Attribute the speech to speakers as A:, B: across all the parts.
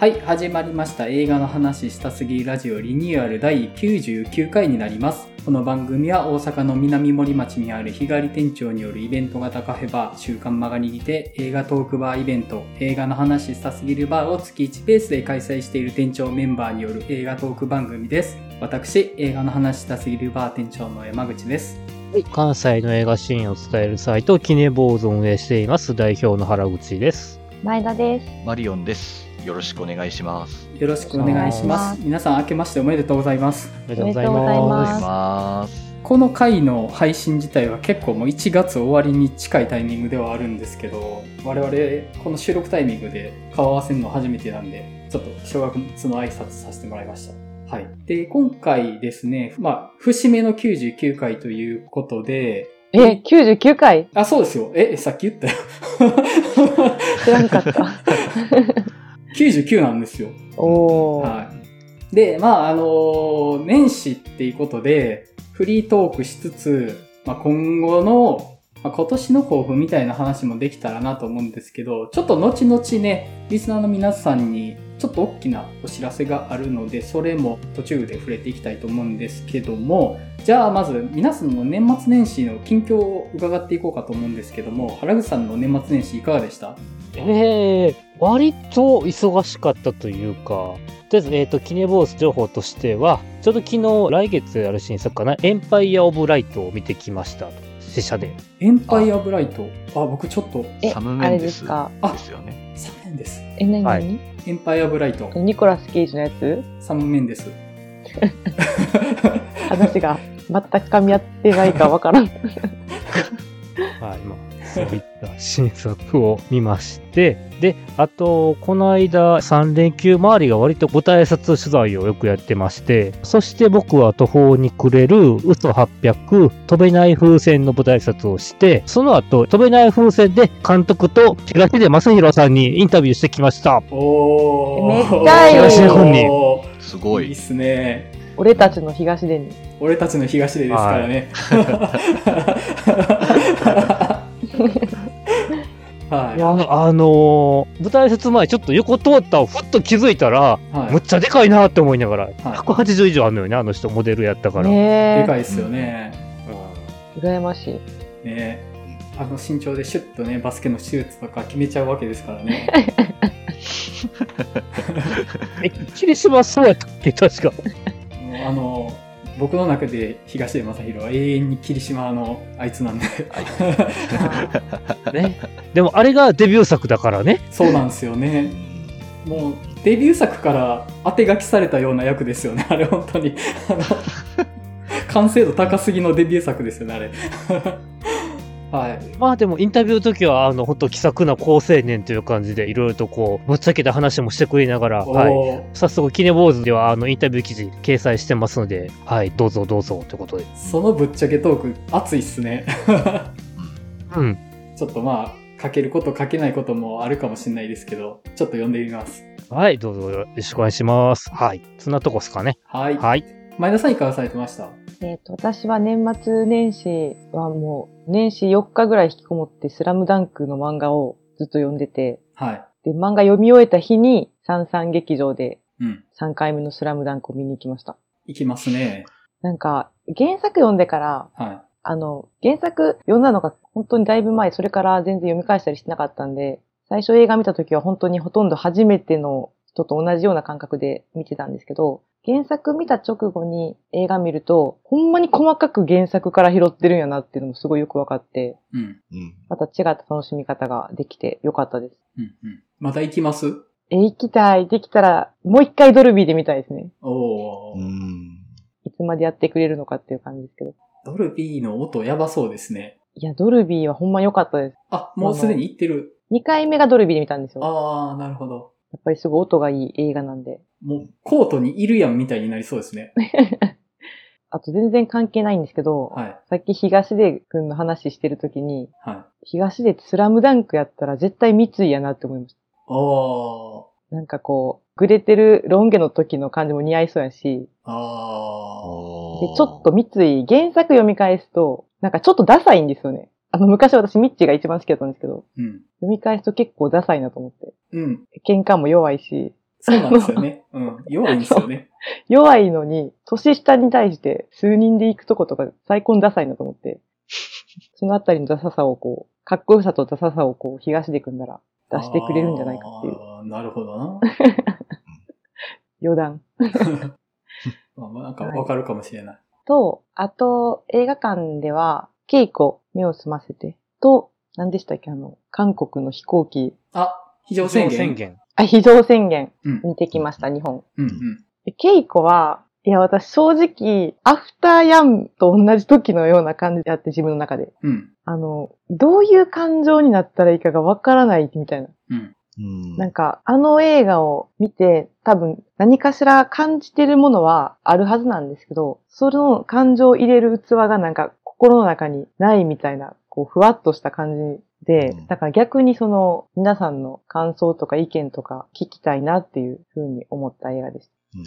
A: はい始まりました映画の話したすぎラジオリニューアル第99回になりますこの番組は大阪の南森町にある日帰り店長によるイベント型カフェバー週刊曲がりにて映画トークバーイベント映画の話したすぎるバーを月1ペースで開催している店長メンバーによる映画トーク番組です私映画の話したすぎるバー店長の山口です
B: 関西の映画シーンを伝えるサイト、キネボーズを運営しています、代表の原口です。
C: 前田です。
D: マリオンです。よろしくお願いします。
A: よろしくお願いします皆さん明けましておめでとうございます
B: あり
C: がとうございます
D: ます。
A: この回の配信自体は結構もう1月終わりに近いタイミングではあるんですけど我々この収録タイミングで顔合わせるの初めてなんでちょっと小学その挨拶させてもらいましたはいで今回ですねまあ節目の99回ということで
C: え、99回
A: あそうですよえさっき言ったよ
C: 知らんかった。
A: 99なんですよ
C: おー。
A: はい。で、まあ、あの、年始っていうことで、フリートークしつつ、まあ、今後の、まあ、今年の抱負みたいな話もできたらなと思うんですけど、ちょっと後々ね、リスナーの皆さんに、ちょっと大きなお知らせがあるので、それも途中で触れていきたいと思うんですけども、じゃあまず皆さんの年末年始の近況を伺っていこうかと思うんですけども、原口さんの年末年始いかがでした
B: えー、割と忙しかったというか、とりあえず、えっ、と、キネボーズ情報としては、ちょうど昨日、来月ある新作かな、エンパイア・オブ・ライトを見てきました。試写で。
A: エンパイアブライト。あ、僕ちょっと、
C: え、
D: サム
C: あ
D: メ
C: れ
D: ンデ
C: です
D: ス
C: か。
D: ですよね。
A: 3年です。
C: え、なにな
B: はい
C: に、
A: エンパイアブライト。
C: ニコラス・ケイジのやつ
A: サム・メンデ ス。
C: 話 が全く噛み合ってないかわからん。
B: はい、まあ、そういった新作を見まして、で、あと、この間、3連休周りが割と舞台挨拶取材をよくやってまして、そして僕は途方に暮れる嘘800、飛べない風船の舞台挨拶をして、その後、飛べない風船で監督と東出正宏さんにインタビューしてきました。
A: お
C: めっ
A: ー
C: ちゃいい
B: 東日本に
A: おー
D: すご
A: いいっ
D: い。
A: すね
C: 俺たちの東でに。
A: 俺たちの東出ですからねはい
B: いや、あのー舞台挨拶前、ちょっと横通ったをふっと気づいたら、
A: はい
B: むっちゃでかいなって思いながら、
A: い
B: 180以上あるのよね、あの人、モデルやったから。
C: ね
A: で
C: え。
A: かいですよね
C: 羨ま しい。
A: ねあの身長でシュッとねバスケの手術とか決めちゃうわけですから ね
B: え、霧島そうやったっけ確か。
A: もうあの僕の中で東出正宏は永遠に霧島のあいつなんで
B: ね。でもあれがデビュー作だからね。
A: そうなんですよねもうデビュー作から当て書きされたような役ですよねあれ本当にあの完成度高すぎのデビュー作ですよねあれはい
B: まあでもインタビューの時は、あの、本当気さくな好青年という感じで、いろいろとこう、ぶっちゃけた話もしてくれながら、
A: お
B: はい。
A: ー
B: 早速、キネボーズでは、あの、インタビュー記事掲載してますので、はい、どうぞどうぞ、ということで。
A: そのぶっちゃけトーク熱いっすね
B: うん。
A: ちょっとまあ書けること書けないこともあるかもしれないですけどちょっと読んでみます
B: はい、どうぞよろしくお願いします。はい。そんなとこっすかね。
A: はい、
B: はい。
A: 前田さんいかがされてました
C: えっ、と、私は年末年始はもう、年始4日ぐらい引きこもって、スラムダンクの漫画をずっと読んでて、
A: はい
C: で、漫画読み終えた日に、三三劇場で
A: うん
C: 3回目のスラムダンクを見に行きました。
A: いきますね
C: なんか、原作読んでから、
A: は
C: あの、原作読んだのが本当にだいぶ前、それから全然読み返したりしてなかったんで、最初映画見た時は本当にほとんど初めての人と同じような感覚で見てたんですけど、原作見た直後に映画見ると、ほんまに細かく原作から拾ってるんやなっていうのもすごいよく分かって、
A: いうん
D: うん。
C: また違った楽しみ方ができてよかったです。
A: うんうんまた行きます
C: え、行きたい。できたら、もう一回ドルビーで見たいですね。
A: おおー、
D: うん。
C: いつまでやってくれるのかっていう感じですけど。
A: ドルビーの音やばそうですね
C: いや、ドルビーはほんま良かったです。
A: あもうすでに行ってる
C: 2回目がドルビーで見たんですよ。
A: ああなるほど
C: やっぱりすごい音がいい映画なんで。
A: もうコートにいるやんみたいになりそうですね
C: あと全然関係ないんですけど、
A: はい
C: さっき東出くんの話してる時に、
A: はい
C: 東出ってスラムダンクやったら絶対三井やなって思いまし
A: おお
C: た。なんかこう、グレてるロン毛の時の感じも似合いそうやし、
A: ーああ
C: で
D: お
C: ちょっと三井、原作読み返すと、なんかちょっとダサいんですよね。あの、昔私ミッチーが一番好きだったんですけど、
A: うん
C: 読み返すと結構ダサいなと思って。
A: うん
C: 喧嘩も弱いし、
A: そうなんですよ ね。うん。弱いんですよね。
C: 弱いのに、年下に対して数人で行くとことか最高にダサいなと思って、 そのあたりのダサさをこう、かっこよさとダサさをこう、東で組んだら出してくれるんじゃないかっていう
A: あーなるほどな。
C: 余談。
A: まあまあ、なんかわかるかもしれない。
C: と、あと、映画館では、稽古、目を澄ませて、と、何でしたっけ、あの、韓国の飛行機、
A: あ、非常宣言。
B: 宣言。
C: あ、非常宣言、
A: うん。
C: 見てきました、日本。
A: うんうん。
C: で稽古は、いや、私正直、アフターヤンと同じ時のような感じであって、自分の中で。
A: うん。
C: あの、どういう感情になったらいいかがわからないみたいな。
A: うん。
D: うん
C: なんか、あの映画を見て、多分何かしら感じてるものはあるはずなんですけど、その感情を入れる器がなんか心の中にないみたいな、こう、ふわっとした感じで
D: うん、
C: だから逆にその、皆さんの感想とか意見とか聞きたいなっていうふうに思った映画でした。
D: うん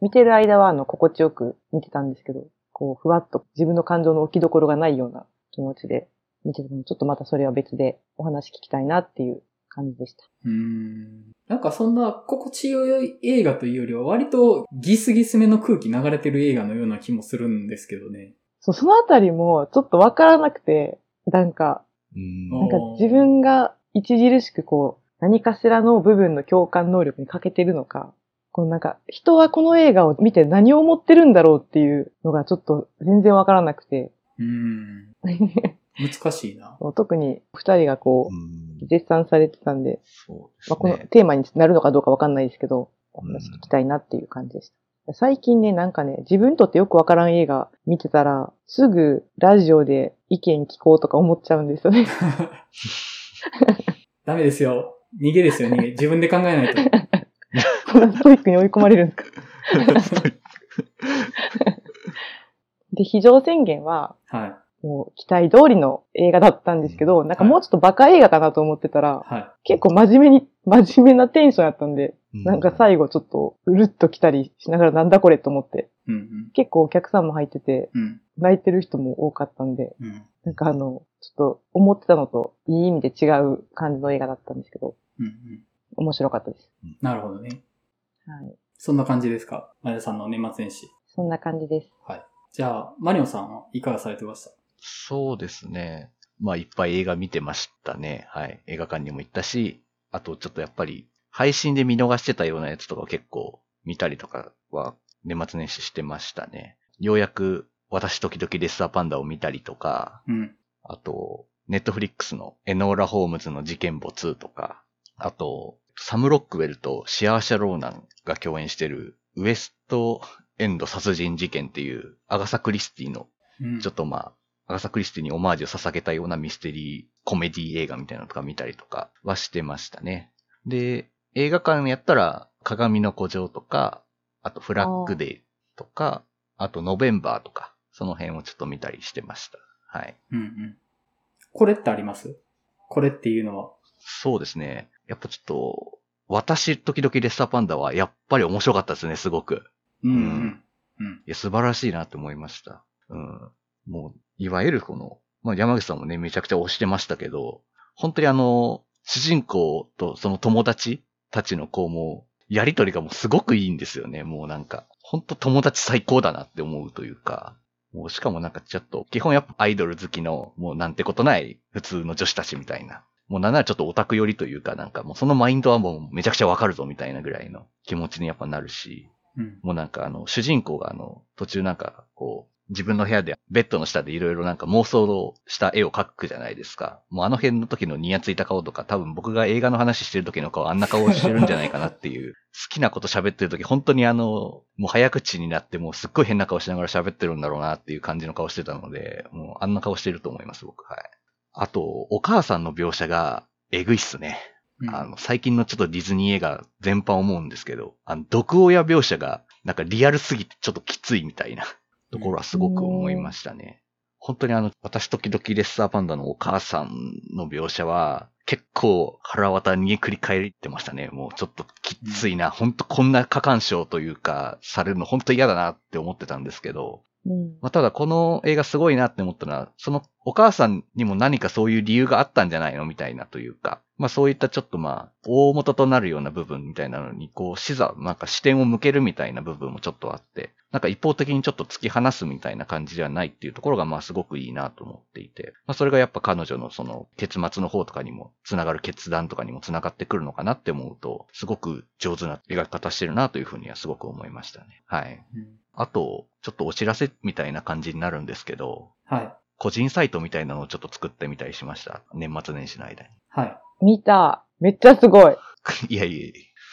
C: 見てる間は、あの、心地よく見てたんですけど、こう、ふわっと自分の感情の置きどころがないような気持ちで見てても、ちょっとまたそれは別でお話聞きたいなっていう感じでした。
A: うーん。なんかそんな心地よい映画というよりは割とギスギスめの空気流れてる映画のような気もするんですけどね。
C: そう、そのあたりもちょっとわからなくて、なんか、
D: うん
A: な
C: なんか
A: おー
C: 自分が著しくこう、何かしらの部分の共感能力に欠けてるのか、このなんか、人はこの映画を見て何を思ってるんだろうっていうのがちょっと全然わからなくて、
A: うーん。難しいな。
C: 特に二人がこ
D: うん
C: う、絶賛されてたんで、
D: そうです
C: まあ、
D: ね
C: このテーマになるのかどうかわかんないですけど、お話聞きたいなっていう感じでした。最近ね、なんかね、自分にとってよくわからん映画見てたら、すぐラジオで意見聞こうとか思っちゃうんですよね。
A: ダメですよ。逃げですよ、逃げ。自分で考えないと。
C: そんなストイックに追い込まれるんですかで、非常宣言は、
A: はい。
C: もう期待通りの映画だったんですけど、なんかもうちょっとバカ映画かなと思ってたら、
A: は
C: 結構真面目に、真面目なテンションやったんで、
D: う
C: なんか最後ちょっとうるっと来たりしながらなんだこれと思って、
A: い。うん
C: 結構お客さんも入ってて、
A: うん。うん。
C: 泣いてる人も多かったんで、
A: うん。
C: なんかあの、ちょっと思ってたのといい意味で違う感じの映画だったんですけど、
A: うんうん。
C: 面白かったです。
A: なるほどね。
C: はい。
A: そんな感じですか前田さんの年末年始。
C: そんな感じです。
A: じゃあ、マリオンさんはいかがされてました
D: そうですね。まあ、いっぱい映画見てましたね。はい。映画館にも行ったし、あとちょっとやっぱり、配信で見逃してたようなやつとか結構見たりとかは、年末年始してましたね。ようやく、私時々レッサーパンダを見たりとか、
A: うん。
D: あと、ネットフリックスのエノーラ・ホームズの事件簿2とか、あと、サム・ロックウェルとシアーシャ・ローナンが共演してるウエストエンド殺人事件っていうアガサ・クリスティの
A: うん、
D: ちょっとまあ、アガサ・クリスティにオマージュを捧げたようなミステリー、コメディ映画みたいなのとか見たりとかはしてましたね。で、映画館やったら、鏡の古城とか、あとフラッグデーとか、あとノベンバーとか、その辺をちょっと見たりしてました。はい。
A: うんうん。これってありますこれっていうのは。
D: そうですね。やっぱちょっと、私時々レッサーパンダはやっぱり面白かったですね、すごく。
A: うん
D: う
A: うん
D: ん。
A: うん。
D: いや、素晴らしいなって思いました。うん。もう、いわゆるこの、まあ、山口さんもね、めちゃくちゃ推してましたけど、本当にあの、主人公とその友達たちのこうもう、やりとりがもうすごくいいんですよね。もうなんか、本当友達最高だなって思うというか、もうしかもなんかちょっと、基本やっぱアイドル好きの、もうなんてことない普通の女子たちみたいな。もうなんならちょっとオタク寄りというか、なんかもうそのマインドはもうめちゃくちゃわかるぞみたいなぐらいの気持ちにやっぱなるし、
A: うん。
D: もうなんかあの、主人公があの、途中なんか、こう、自分の部屋で、ベッドの下でいろいろなんか妄想をした絵を描くじゃないですか。もうあの辺の時のニヤついた顔とか、多分僕が映画の話してる時の顔、あんな顔してるんじゃないかなっていう。好きなこと喋ってる時、本当にあの、もう早口になって、もうすっごい変な顔しながら喋ってるんだろうなっていう感じの顔してたので、もうあんな顔してると思います、僕。はい。あと、お母さんの描写が、えぐいっすね。
A: うん
D: あの、最近のちょっとディズニー映画全般思うんですけど、あの、毒親描写が、なんかリアルすぎてちょっときついみたいなところはすごく思いましたね。本当にあの、私時々レッサーパンダのお母さんの描写は、結構腹渡に繰り返ってましたね。もうちょっときついな。本当こんな過干渉というか、されるの本当嫌だなって思ってたんですけど、
C: うん。
D: まあ、ただこの映画すごいなって思ったのは、そのお母さんにも何かそういう理由があったんじゃないのみたいなというか、まあそういったちょっとまあ、大元となるような部分みたいなのに、こう、視座、なんか視点を向けるみたいな部分もちょっとあって、なんか一方的にちょっと突き放すみたいな感じではないっていうところがまあすごくいいなと思っていて、まあそれがやっぱ彼女のその結末の方とかにも、つながる決断とかにもつながってくるのかなって思うと、すごく上手な描き方してるなというふうにはすごく思いましたね。はい。
A: うん
D: あと、ちょっとお知らせみたいな感じになるんですけど、
A: はい。
D: 個人サイトみたいなのをちょっと作ってみたりしました。年末年始の間に。
A: はい。
C: 見た。めっちゃすごい。
D: いやい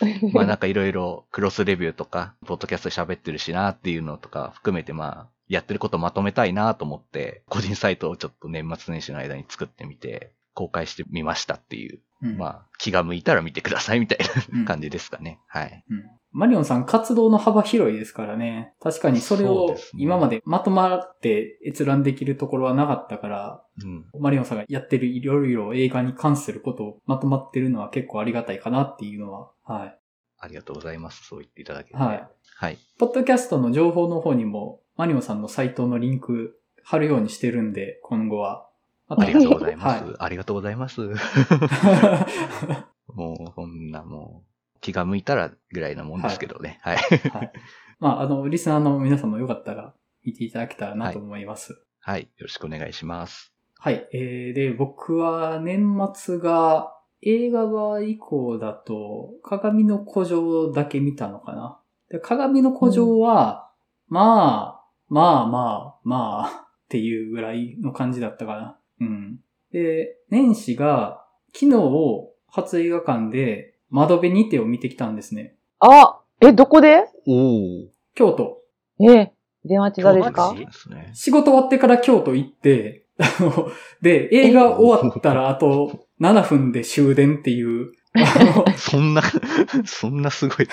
D: やいや。まあなんかいろいろクロスレビューとか、ポッドキャスト喋ってるしなっていうのとか含めてまあ、やってることまとめたいなと思って、個人サイトをちょっと年末年始の間に作ってみて、公開してみましたっていう。
A: うん、
D: まあ、気が向いたら見てくださいみたい
A: うん
D: な感じですかね。はい。
A: うんマリオンさん活動の幅広いですからね。確かにそれ
D: そう
A: を
D: ですね
A: 今までまとまって閲覧できるところはなかったから、
D: うん。
A: マリオンさんがやってるいろいろ映画に関することをまとまってるのは結構ありがたいかなっていうのは、はい。
D: ありがとうございます。そう言っていただけて。
A: はい。
D: はい。
A: ポッドキャストの情報の方にも、マリオンさんのサイトのリンク貼るようにしてるんで、今後は。あ
D: ありがとうございます。
A: は
D: ありがとうございます。もう、こんなもう、気が向いたらぐらいなもんですけどね。はい。
A: はい。まあ、あの、リスナーの皆さんもよかったら見ていただけたらなと思います。
D: はい。よろしくお願いします。
A: はい。えー、で、僕は年末が映画は以降だと、鏡の古城だけ見たのかな。で鏡の古城は、まあ、まあまあ、まあ、っていうぐらいの感じだったかな。うん。で、年始が、昨日初映画館で、窓辺にてを見てきたんですね。
C: あ、え、どこで
D: おお。
A: 京都。
C: え、出待ち座です
B: 京
C: か
B: 都
D: ですね。
A: 仕事終わってから京都行って、あの、で、映画終わったらあと7分で終電っていう、あの、
D: そんな、 そんなすごい。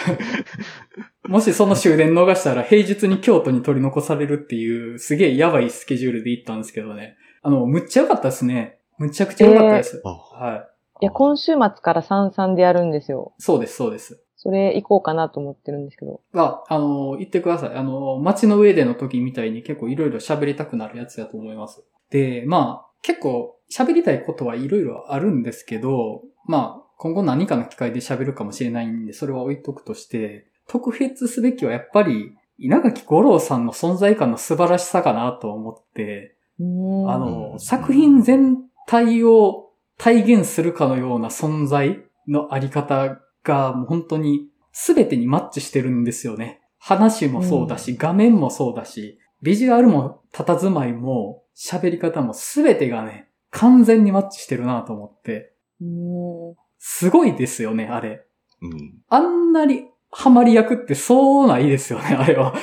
A: もしその終電逃したら平日に京都に取り残されるっていう、すげえやばいスケジュールで行ったんですけどね。あの、むっちゃ良かったですね。むちゃくちゃ良かったです。
D: あ
A: はい。
C: いや、今週末から三々でやるんですよ。
A: そうです、そうです。
C: それ行こうかなと思ってるんですけど。
A: が、あの、言ってください。あの、街の上での時みたいに結構いろいろ喋りたくなるやつだと思います。で、まあ、結構喋りたいことはいろいろあるんですけど、まあ、今後何かの機会で喋るかもしれないんで、それは置いとくとして、特筆すべきはやっぱり、稲垣吾郎さんの存在感の素晴らしさかなと思って、
C: うーん
A: あ
D: う
A: の、
D: ん
A: 作品全体を体現するかのような存在のあり方が、もう本当に全てにマッチしてるんですよね。話もそうだし、画面もそうだし、ビジュアルも佇まいも喋り方も全てがね、完全にマッチしてるなと思って、
C: うーん
A: すごいですよね、あれ。
D: うん。
A: あんなにハマり役ってそうないですよね、あれは。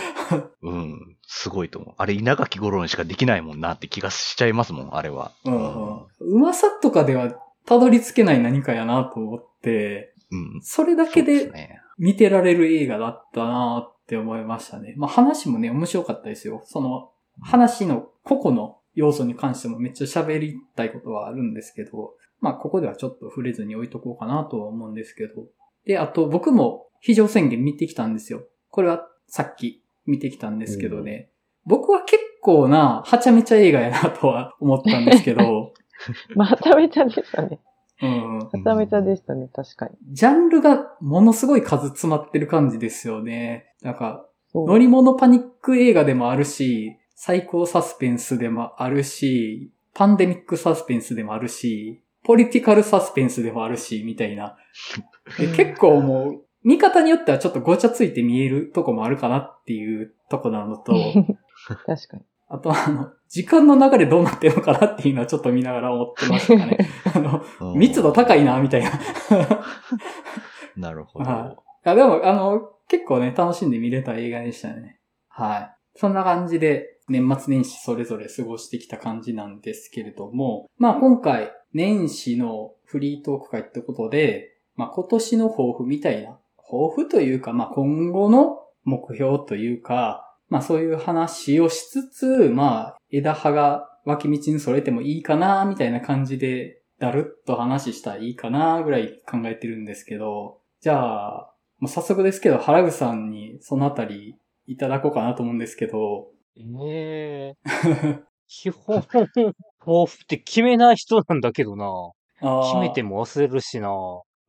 D: うん。すごいと思う。あれ、稲垣吾郎にしかできないもんなって気がしちゃいますもん、あれは。
A: うんうん。うまさとかではたどり着けない何かやなと思って、
D: うん。
A: それだけ
D: そう
A: です
D: ね
A: 見てられる映画だったなって思いましたね。まあ話もね、面白かったですよ。その話の個々の要素に関してもめっちゃ喋りたいことはあるんですけど、まあここではちょっと触れずに置いとこうかなとは思うんですけど。で、あと僕も非常宣言見てきたんですよ。これはさっき見てきたんですけどね。僕は結構な、はちゃめちゃ映画やなとは思ったんですけど、
C: まためちゃでしたね。
A: うん、
C: まためちゃでしたね、確かに。
A: ジャンルがものすごい数詰まってる感じですよね。なんか、
C: そう
A: 乗り物パニック映画でもあるし、最高サスペンスでもあるし、パンデミックサスペンスでもあるし、ポリティカルサスペンスでもあるし、みたいな。で
C: うん
A: 結構もう、見方によってはちょっとごちゃついて見えるとこもあるかなっていうとこなの と、
C: 確かに。
A: あとあの、時間の流れどうなってるのかなっていうのはちょっと見ながら思ってましたね。あの、
D: うん
A: 密度高いな、みたいな。
D: なるほ
A: はい
D: ど。
A: いや、でも、あの、結構ね、楽しんで見れた映画でしたね。はい。そんな感じで、年末年始それぞれ過ごしてきた感じなんですけれども、まあ今回、年始のフリートーク会ってことで、まあ今年の抱負みたいな、抱負というか、まあ今後の目標というか、まあそういう話をしつつ、まあ枝葉が脇道にそれてもいいかな、みたいな感じで、だるっと話したらいいかな、ぐらい考えてるんですけど、じゃあ、もう早速ですけど、原口さんにそのあたりいただこうかなと思うんですけど、
B: ええ基本、 抱負って決めない人なんだけどな。決めて
A: も。
B: も忘れるしな。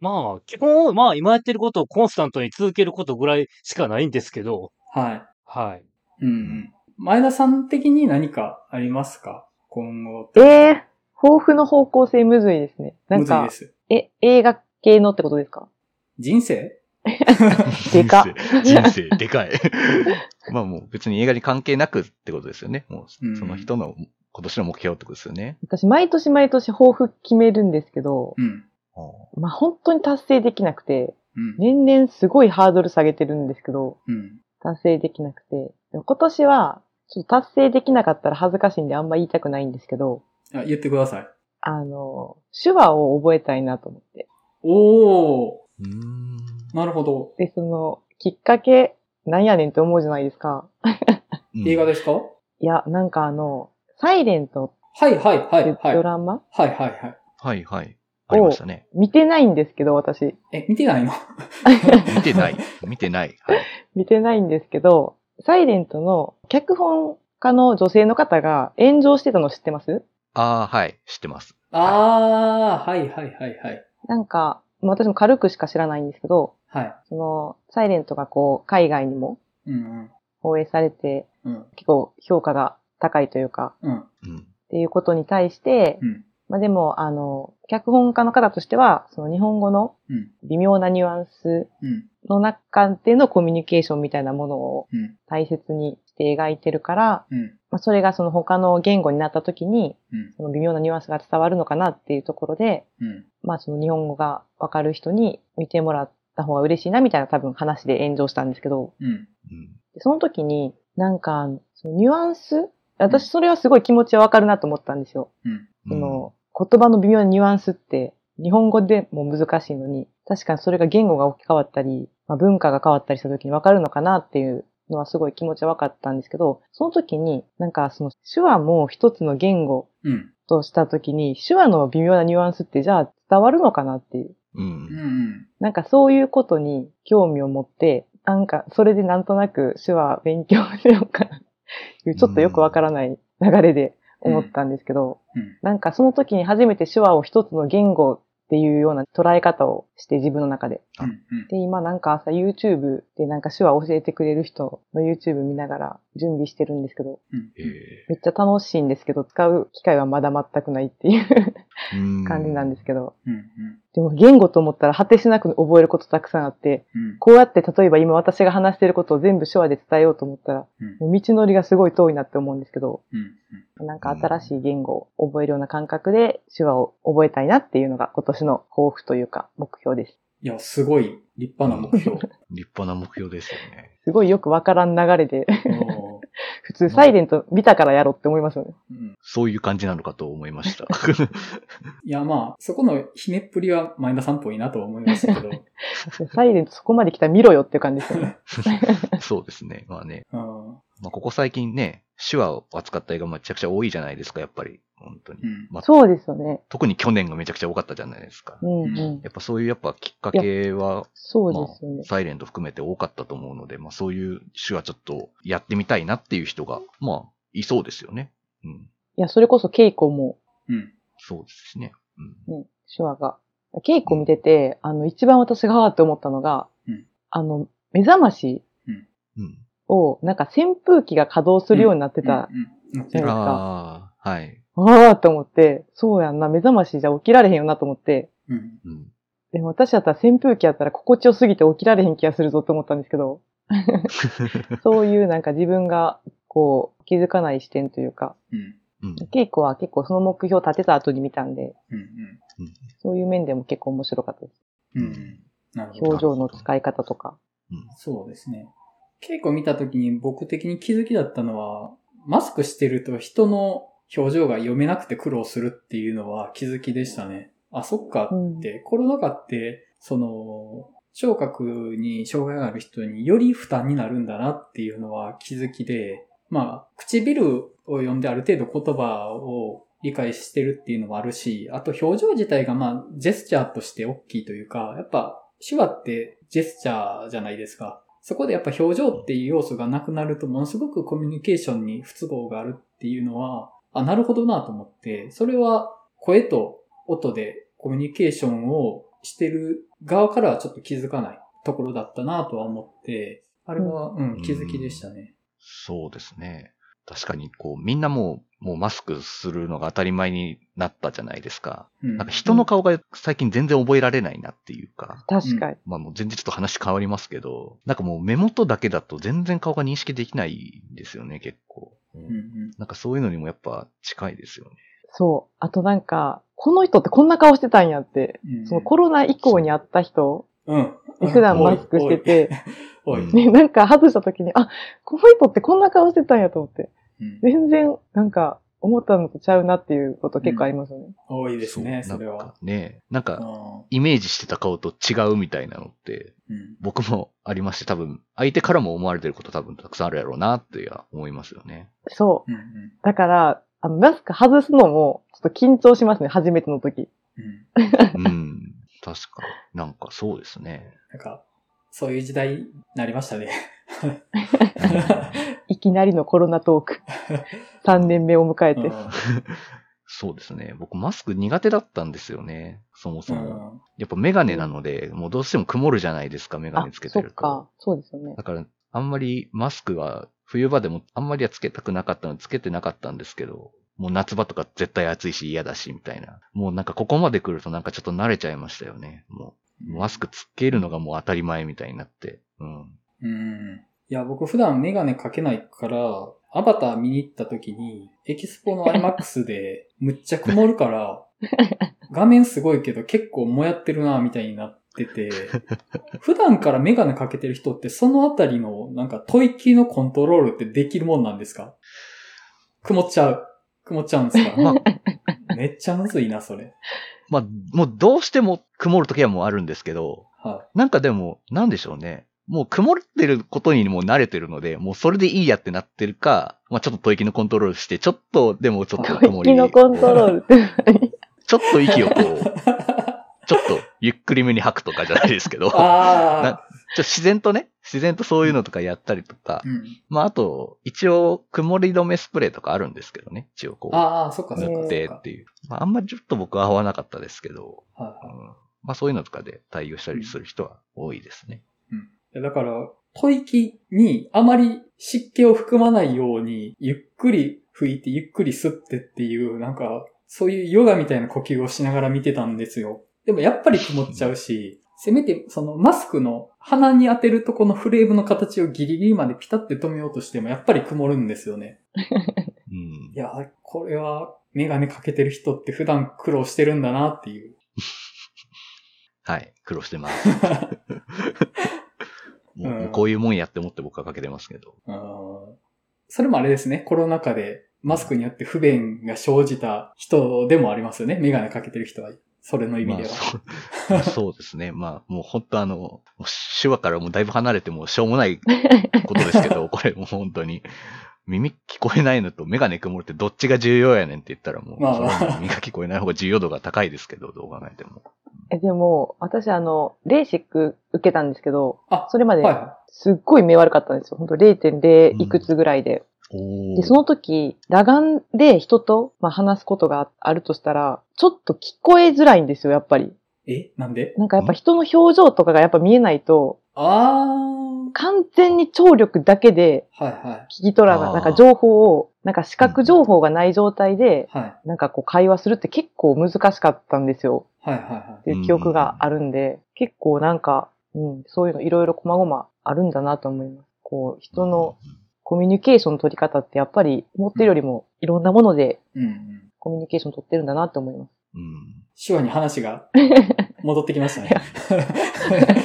B: まあ、基本、まあ今やってることをコンスタントに続けることぐらいしかないんですけど、
A: はい。
B: はい。
A: うんうん。前田さん的に何かありますか今後。
C: ええ豊富の方向性むずいですね。なん
A: むずい
C: か
A: で、す。
C: え、映画系のってことですか
A: 人生
C: でか
D: 人生、人生でかい。 まあもう別に映画に関係なくってことですよね。も
A: うん
D: うその人の今年の目標ってことですよね。
C: 私、毎年毎年抱負決めるんですけど、
A: うん。
C: まあ、本当に達成できなくて、
A: うん。
C: 年々すごいハードル下げてるんですけど、
A: うん。
C: 達成できなくて。でも今年は、ちょっと達成できなかったら恥ずかしいんであんま言いたくないんですけど、
A: あ言ってください。
C: あの、手話を覚えたいなと思って。
A: おー、
D: うーん。
A: なるほど。
C: で、その、きっかけ、なんやねんって思うじゃないですか。
D: うん
A: 映画ですか、
C: いや、なんかあの、サイレント
A: はいはいは
C: っ
A: い
C: て
A: はい。
C: ド
A: はい
C: ラマ、
A: はいはい。
D: はいはい。ありましたね。
C: 見てないんですけど、私。
A: え、見てないの
D: 見て ない。見てない。はい。
C: 見てないんですけど、サイレントの脚本家の女性の方が炎上してたの知ってます
D: ああ、はい。知ってます。
A: あー、はいはいはいはい。
C: なんか、まあ私も軽くしか知らないんですけど、
A: はい。
C: その、サイレントがこう、海外にも
A: うん
C: 放映されて、
A: うん。うん。
C: 結構評価が高いというか、
A: うん。
D: うん。
C: っていうことに対して、
A: うん。
C: まあでも、あの、脚本家の方としては、その日本語の
A: うん。
C: 微妙なニュアンス
A: うん。
C: の中でのコミュニケーションみたいなものを
A: うん。
C: 大切にして描いてるから、
A: うん。
C: まあ、それがその他の言語になった時に、
A: うん。
C: その微妙なニュアンスが伝わるのかなっていうところで、
A: うん。
C: まあその日本語がわかる人に見てもらった方が嬉しいなみたいな多分話で炎上したんですけど、
A: うん。
D: うん。
C: でその時になんか、そのニュアンス私それはすごい気持ちはわかるなと思ったんですよ。
A: うん。
D: う
C: そ
D: ん
C: の言葉の微妙なニュアンスって日本語でも難しいのに、確かにそれが言語が置き換わったり、まあ、文化が変わったりした時にわかるのかなっていうのはすごい気持ちはわかったんですけど、その時になんかその手話も一つの言語
A: うん。
C: とした時に、手話の微妙なニュアンスってじゃあ伝わるのかなっていう。
D: う。
A: うんん。
C: なんかそういうことに興味を持って、なんかそれでなんとなく手話勉強しようかなっていう、ちょっとよくわからない流れで思ったんですけど、
A: うん
C: なんかその時に初めて手話を一つの言語っていうような捉え方をして自分の中で。
A: うん。うん。
C: で、今なんか朝 YouTube でなんか手話を教えてくれる人の YouTube 見ながら準備してるんですけど、
A: うん。
D: ええ
C: めっちゃ楽しいんですけど、使う機会はまだ全くないっていう
D: うん
C: 感じなんですけど。
A: うん。うん。
C: でも言語と思ったら果てしなく覚えることたくさんあって、
A: うん。
C: こうやって例えば今私が話してることを全部手話で伝えようと思ったら、
A: うん。
C: もう道のりがすごい遠いなって思うんですけど、
A: うん。
C: なんか新しい言語を覚えるような感覚で手話を覚えたいなっていうのが今年の抱負というか目標です。
A: いや、すごい立派な目 標。
D: 立派な目標ですよね。
C: すごいよくわからん流れで、
A: おー
C: 普通サイレント見たからやろうって思いますよね。
A: うん
D: そういう感じなのかと思い ました。
A: いや、まあ、そこのひねっぷりは前田さんっぽいなとは思いましたけ ど。
C: サイレントそこまで来たら見ろよっていう感じですよね。
D: そうですね。まあね。
A: うん。うん
D: まあ、ここ最近ね、手話を扱った映画めちゃくちゃ多いじゃないですか、やっぱり。本当に。まあ、
C: そうですよね。
D: 特に去年がめちゃくちゃ多かったじゃないですか
C: う。んうん。
D: やっぱそういうやっぱきっかけは、
C: そう
D: ま
C: ですよね
D: あ、。サイレント含めて多かったと思うので、まあそういう手話ちょっとやってみたいなっていう人が、まあ、いそうですよね。うん。
C: いや、それこそ稽古も
A: うん。
D: そうですね。うん。
C: ね、手話が。稽古見てて、あの、一番私がわーって思ったのが、
A: うん
C: あの、目覚まし
D: うん。
C: を、なんか扇風機が稼働するようになってた
A: うん。うん
C: じゃないですか。
D: ああ、はい。
C: わーって思って、そうやんな、目覚ましじゃ起きられへんよなと思って、
A: うん。
D: うん。
C: でも私だったら扇風機やったら心地よすぎて起きられへん気がするぞって思ったんですけど、そういうなんか自分が、こう、気づかない視点というか、
A: うん。
D: うん。
C: 稽古は結構その目標立てた後に見たんで、
A: うん。
C: そういう面でも結構面白かったです。
A: うん。うん。なるほど。
C: 表情の使い方とか。
A: そうですね。稽古見た時に僕的に気づきだったのは、マスクしてると人の表情が読めなくて苦労するっていうのは気づきでしたね。あ、そっかって、コロナ禍って、その、聴覚に障害がある人により負担になるんだなっていうのは気づきで、まあ、唇を読んである程度言葉を理解してるっていうのもあるし、あと表情自体がまあ、ジェスチャーとして大きいというか、やっぱ手話ってジェスチャーじゃないですか。そこでやっぱ表情っていう要素がなくなるとものすごくコミュニケーションに不都合があるっていうのは、あ、なるほどなと思って、それは声と音でコミュニケーションをしてる側からはちょっと気づかないところだったなとは思って、あれは、うん、気づきでしたね。
D: そうですね。確かに、こう、みんなもう、もうマスクするのが当たり前になったじゃないですか。
A: うん
D: なんか人の顔が最近全然覚えられないなっていうか、
C: 確かに。
D: まあもう全然ちょっと話変わりますけど、なんかもう目元だけだと全然顔が認識できないんですよね、結構。うん
A: うんうん
D: なんかそういうのにもやっぱ近いですよね。
C: そう。あとなんか、この人ってこんな顔してたんやって。
A: うん
C: そのコロナ以降に会った人、
A: うん。
C: 普段マスクしてて、
A: おい。おい
D: うん
C: ね、なんか外した時に、あ、この人ってこんな顔してたんやと思って。
A: うん
C: 全然、なんか、思ったのとちゃうなっていうこと結構ありますよね。
A: 多いですね、
D: う
A: それ
D: なん
A: は
D: か。ね、なんか
A: う
D: イメージしてた顔と違うみたいなのって、
A: んうん
D: 僕もありまして、多分、相手からも思われてること多分たくさんあるやろうなっては思いますよ ね。
C: そう。
A: うんうん
C: だから、あの、マスク外すのも、ちょっと緊張しますね、初めての時。
A: うん
D: うん。確かに。なんかそうですね。
A: なんか、そういう時代になりま したね。
C: いきなりのコロナト ーク。3年目を迎え
A: うん
C: て。
D: そうですね。僕マスク苦手だったんですよね。そもそも。
A: うん
D: やっぱメガネなので、もうどうしても曇るじゃないですか、メガ
C: あ
D: ネつ、け
C: そ
D: て
C: っ
D: ると。
C: か。そうですよね。
D: だから、あんまりマスクは、冬場でもあんまりはつけたくなかったのでつけてなかったんですけど、もう夏場とか絶対暑いし嫌だし、みたいな。もうなんかここまで来るとなんかちょっと慣れちゃいましたよね。もう、マスクつけるのがもう当たり前みたいになって。うん。
A: うん。いや、僕普段メガネかけないから、アバター見に行った時に、エキスポ の IMAX でむっちゃ曇るから、画面すごいけど結構もやってるな、みたいになって て、普段からメガネかけてる人ってそのあたりのなんか吐息のコントロールってできるもんなんですか曇っちゃう。曇っちゃうんですか、
D: まあ、
A: めっちゃむずいな、そ れ。
D: まあ、もうどうしても曇る時はもうあるんですけど、
A: は
D: なんかでも、なんでしょうね。もう曇ってることにもう慣れてるので、もうそれでいいやってなってるか、まあちょっと吐息のコントロールして、ちょっとでもちょっと曇り
C: 息のコントロール って。
D: ちょっと息をこう、 ちょっとゆっくりめに吐くとかじゃないですけど、ちょ
A: あ
D: っと自然とね、自然とそういうのとかやったりとか
A: あ、う、ん。
D: まああと、一応曇り止めスプレーとかあるんですけどね、一応こう、
A: ああ、そっかそっか
D: 塗
A: そ
D: っ
A: ってか。
D: っていう。まああんまりちょっと僕は合わなかったですけど、
A: はい
D: うん
A: はい
D: まあそういうのとかで対応したりする人は多いですね。
A: いやだから、吐息にあまり湿気を含まないように、ゆっくり吹いて、ゆっくり吸ってっていう、なんか、そういうヨガみたいな呼吸をしながら見てたんですよ。でもやっぱり曇っちゃうし、せめて、そのマスクの鼻に当てるとこのフレームの形をギリギリまでピタって止めようとしても、やっぱり曇るんですよね。
D: う
A: い。
D: ん
A: や、これは、メガネかけてる人って普段苦労してるんだなっていう。
D: はい、苦労してます。もうもうこういうもんやって思って僕はかけてますけど。
A: あーそれもあれですね、コロナ禍でマスクによって不便が生じた人でもありますよね、メガネかけてる人は。それの意味
D: ま
A: で
D: あ
A: は。
D: そうそうですね。まあ、もう本当あの、もう手話からもうだいぶ離れてもうしょうもないことですけ ど、これもう本当に。耳聞こえないのとメガネ曇るってどっちが重要やねんって言ったらもう、
A: まあまあ
D: それはもう耳が聞こえない方が重要度が高いですけど、どう考えても。
C: え、でも、私あの、レーシック受けたんですけど、
A: あ
C: それまで
A: はいは
C: すっごい目悪かったんですよ。本当0.0いくつぐらいで。
D: お
C: で、その時、裸眼で人と、まあ、話すことがあるとしたら、ちょっと聞こえづらいんですよ、やっぱり。
A: い。え、なんで
C: なんかやっぱ人の表情とかがやっぱ見えないと、
A: あ
C: 完全に聴力だけで
A: ー。はいはい。
C: 聞き取らな
D: あー
C: なんか情報を、なんか視覚情報がない状態で、
A: はい。
C: なんかこう会話するって結構難しかったんですよ。
A: はいはいは
C: っていう記憶があるんで、結構なんか、うん、そういうのいろいろ細々あるんだなと思います。こう、人の、コミュニケーションの取り方ってやっぱり思ってるよりもいろんなもので
A: い。うんうん。
C: コミュニケーション取ってるんだなって思います。
D: うん。
A: 手話に話 が戻ってきましたね。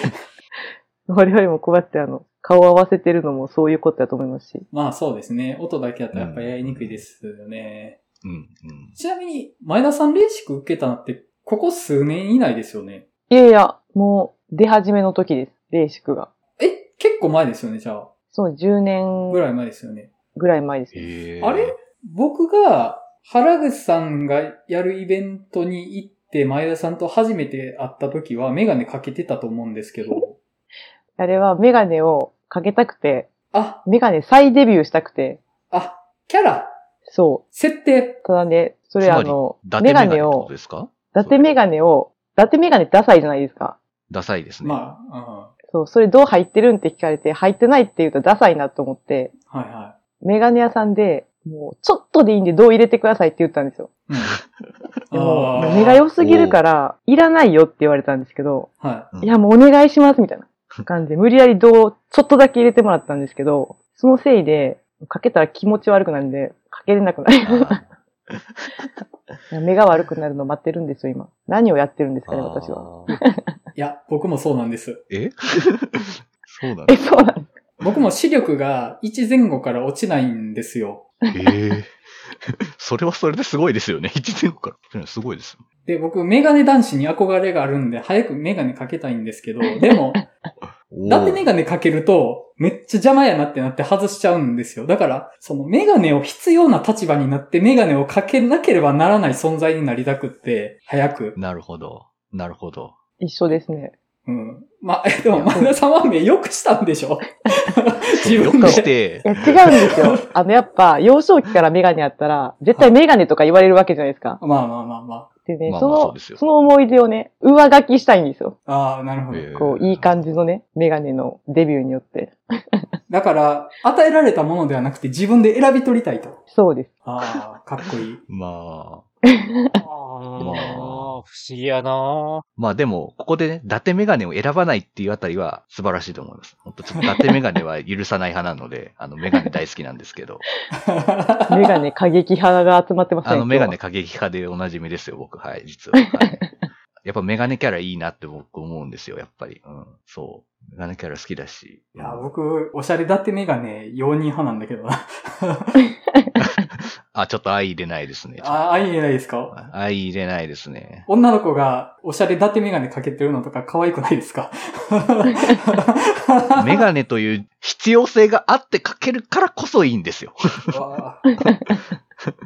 C: 我々もこうやってあの、顔を合わせてるのもそういうことだと思いますし。
A: まあそうですね。音だけだとやっぱやりにくいですよね。
D: うん。うん。
A: ちなみに、前田さんレーシック受けたのって、ここ数年以内ですよね。
C: いやいや、もう出始めの時です。レーシックが。
A: え、結構前ですよね、じゃあ。
C: そう、10
A: ぐ
C: 年
A: らい前ですよね。
C: ぐらい前ですね。
D: え
A: あれ僕が原口さんがやるイベントに行って前田さんと初めて会った時はメガネかけてたと思うんですけど、
C: あれはメガネをかけたくて、
A: あ、
C: メガネ再デビューしたくて、
A: あ、キャラ
C: そ
A: 設定
C: う。ただね、それ
D: つま
C: あ
D: り
C: の、
D: 伊達
C: メ
D: メガ
C: ガ
D: ネって
C: ネ
D: こ
C: を
D: と、ですか
C: 伊達メガネを、伊達メガネダサいじゃないですか。
D: ダサいですね。
A: まあ、
C: そう、それどう入ってるんって聞かれて、入ってないって言うとダサいなと思って、
A: うん。はいは
C: メガネ屋さんで、もう、ちょっとでいいんで、どう入れてくださいって言ったんですよ。
A: い。 うん。
C: でも、
A: あー
C: 目が良すぎるから、いらないよって言われたんですけど、
A: はい
C: いや、もうお願いします、みたいな感じで、無理やりどう、ちょっとだけ入れてもらったんですけど、そのせいで、かけたら気持ち悪くなるんで、かけれなくなりま
D: あ
C: した。目が悪くなるの待ってるんですよ、今。何をやってるんですかね、私は。
D: あー。
A: い。いや、僕もそうなんです。
D: え そうなんだ
C: え、。そうなんです。
A: 僕も視力が1前後から落ちないんですよ。
D: ええ それはそれですごいですよね。一年後から。すごいです。
A: で、僕、メガネ男子に憧れがあるんで、早くメガネかけたいんですけど、でも、
D: おー
A: だってメガネかけると、めっちゃ邪魔やなってなって外しちゃうんですよ。だから、そのメガネを必要な立場になってメガネをかけなければならない存在になりたくって、早く。
D: なるほど。なる ほど。
C: 一緒ですね。
A: うん。ま、えでも、前田さんは目よくしたんでし ょ自
D: よ
A: 分
D: くし
A: で。
D: て
C: い、や、違うんですよ。あの、やっぱ、幼少期からメガネあったら、絶対メガネとか言われるわけじゃないですか。
A: まあまあまあま
C: でね、
D: まあ
C: そ
D: まあ
C: の
D: そうです
C: そ
D: よ
C: の思い出をね、上書きしたいんですよ。
A: あ。ああ、なるほど。
D: えー
C: こう、いい感じのね、メガネのデビューによって。
A: だから、与えられたものではなくて自分で選び取りたいと。
C: そうです。
A: ああ、かっこいい。
D: まあ、
B: あー
D: まあ
B: 不思議やな
D: まあでも、ここでね、伊達メガネを選ばないっていうあたりは素晴らしいと思います。本当ちょっと伊達メガネは許さない派なので、 あの、メガネ大好きなんですけど、
C: メガネ過激派が集まってますね。
D: あの、メガネ
C: 今
D: 過激派でおなじみですよ、僕。はい、実 は。はい、やっぱメガネキャラいいなって僕思うんですよ、やっぱり。うん。そう。メガネキャラ好きだし。
A: いや、僕、おしゃれだってメガネ、容認派なんだけどな。
D: あ、ちょっと相入れないですね。
A: ああ、ありえないですか
D: 相入れないですね。
A: 女の子がおしゃれだてメガネかけてるのとか可愛くないです か
D: メガネという必要性があってかけるからこそいいんですよ。
A: わあ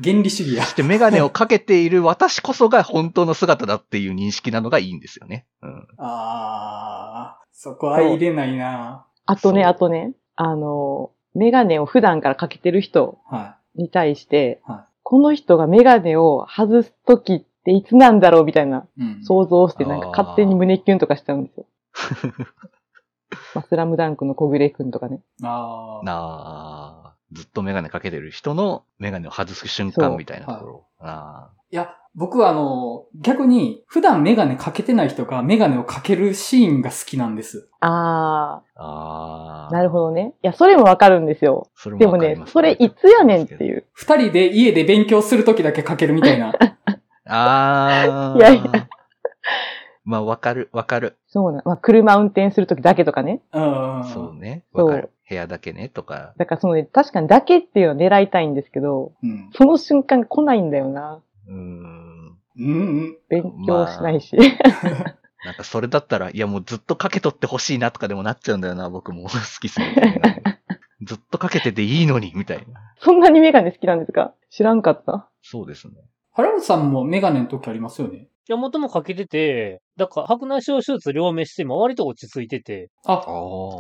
A: 原理主義や
D: そし。てメガネをかけている私こそが本当の姿だっていう認識なのがいいんですよね。うん。
A: ああ、そこは入れないな。
C: あとね、
D: そう
C: あとね、あの、メガネを普段からかけてる人
A: は
C: に対して、
A: は。
C: この人がメガネを外すときっていつなんだろうみたいない
A: うん。
C: 想像をして、なん
D: あ
C: か
D: ー
C: 勝手に胸キュンとかしちゃうんです よ。まあ、スラムダンクの小暮くんとかね。
A: ああ。
D: なあ、ずっとメガネかけてる人のメガネを外す瞬間みたいなところ。あ
A: いや、僕はあの、逆に普段メガネかけてない人がメガネをかけるシーンが好きなんです。
C: あ
D: あ、
C: ー、
D: ああ。
C: なるほどね。いや、それもわかるんですよ。
D: それ
C: で
D: も
C: も
D: わかり
C: ね
D: ま、す
C: それいつやねんっていう。
A: 二人で家で勉強するときだけかけるみたい な。
D: ああ。
C: いやいや。
D: まあ、わかる、わかる。
C: そうな。まあ、車運転するときだけとかね。
A: うん。
D: そうね。
C: そう
D: わかる。部屋だけね、とか。
C: だからそのね、確かにだけっていうのを狙いたいんですけど、
A: うん。
C: その瞬間来ないんだよな。
D: うーん。
A: うんうん。
C: 勉強しないし。
D: なんか、それだったら、いや、もうずっとかけとってほしいなとかでもなっちゃうんだよな、僕も。好 きすぎてメガネ。ずっとかけてていいのに、みたいな。
C: そんなにメガネ好きなんですか知らんかった。
D: そうですね。
A: 原口さんもメガネの時ありますよね。
B: いや、元もかけてて、だから白内障手術両目しても割と落ち着いてて、
A: あ、
D: あ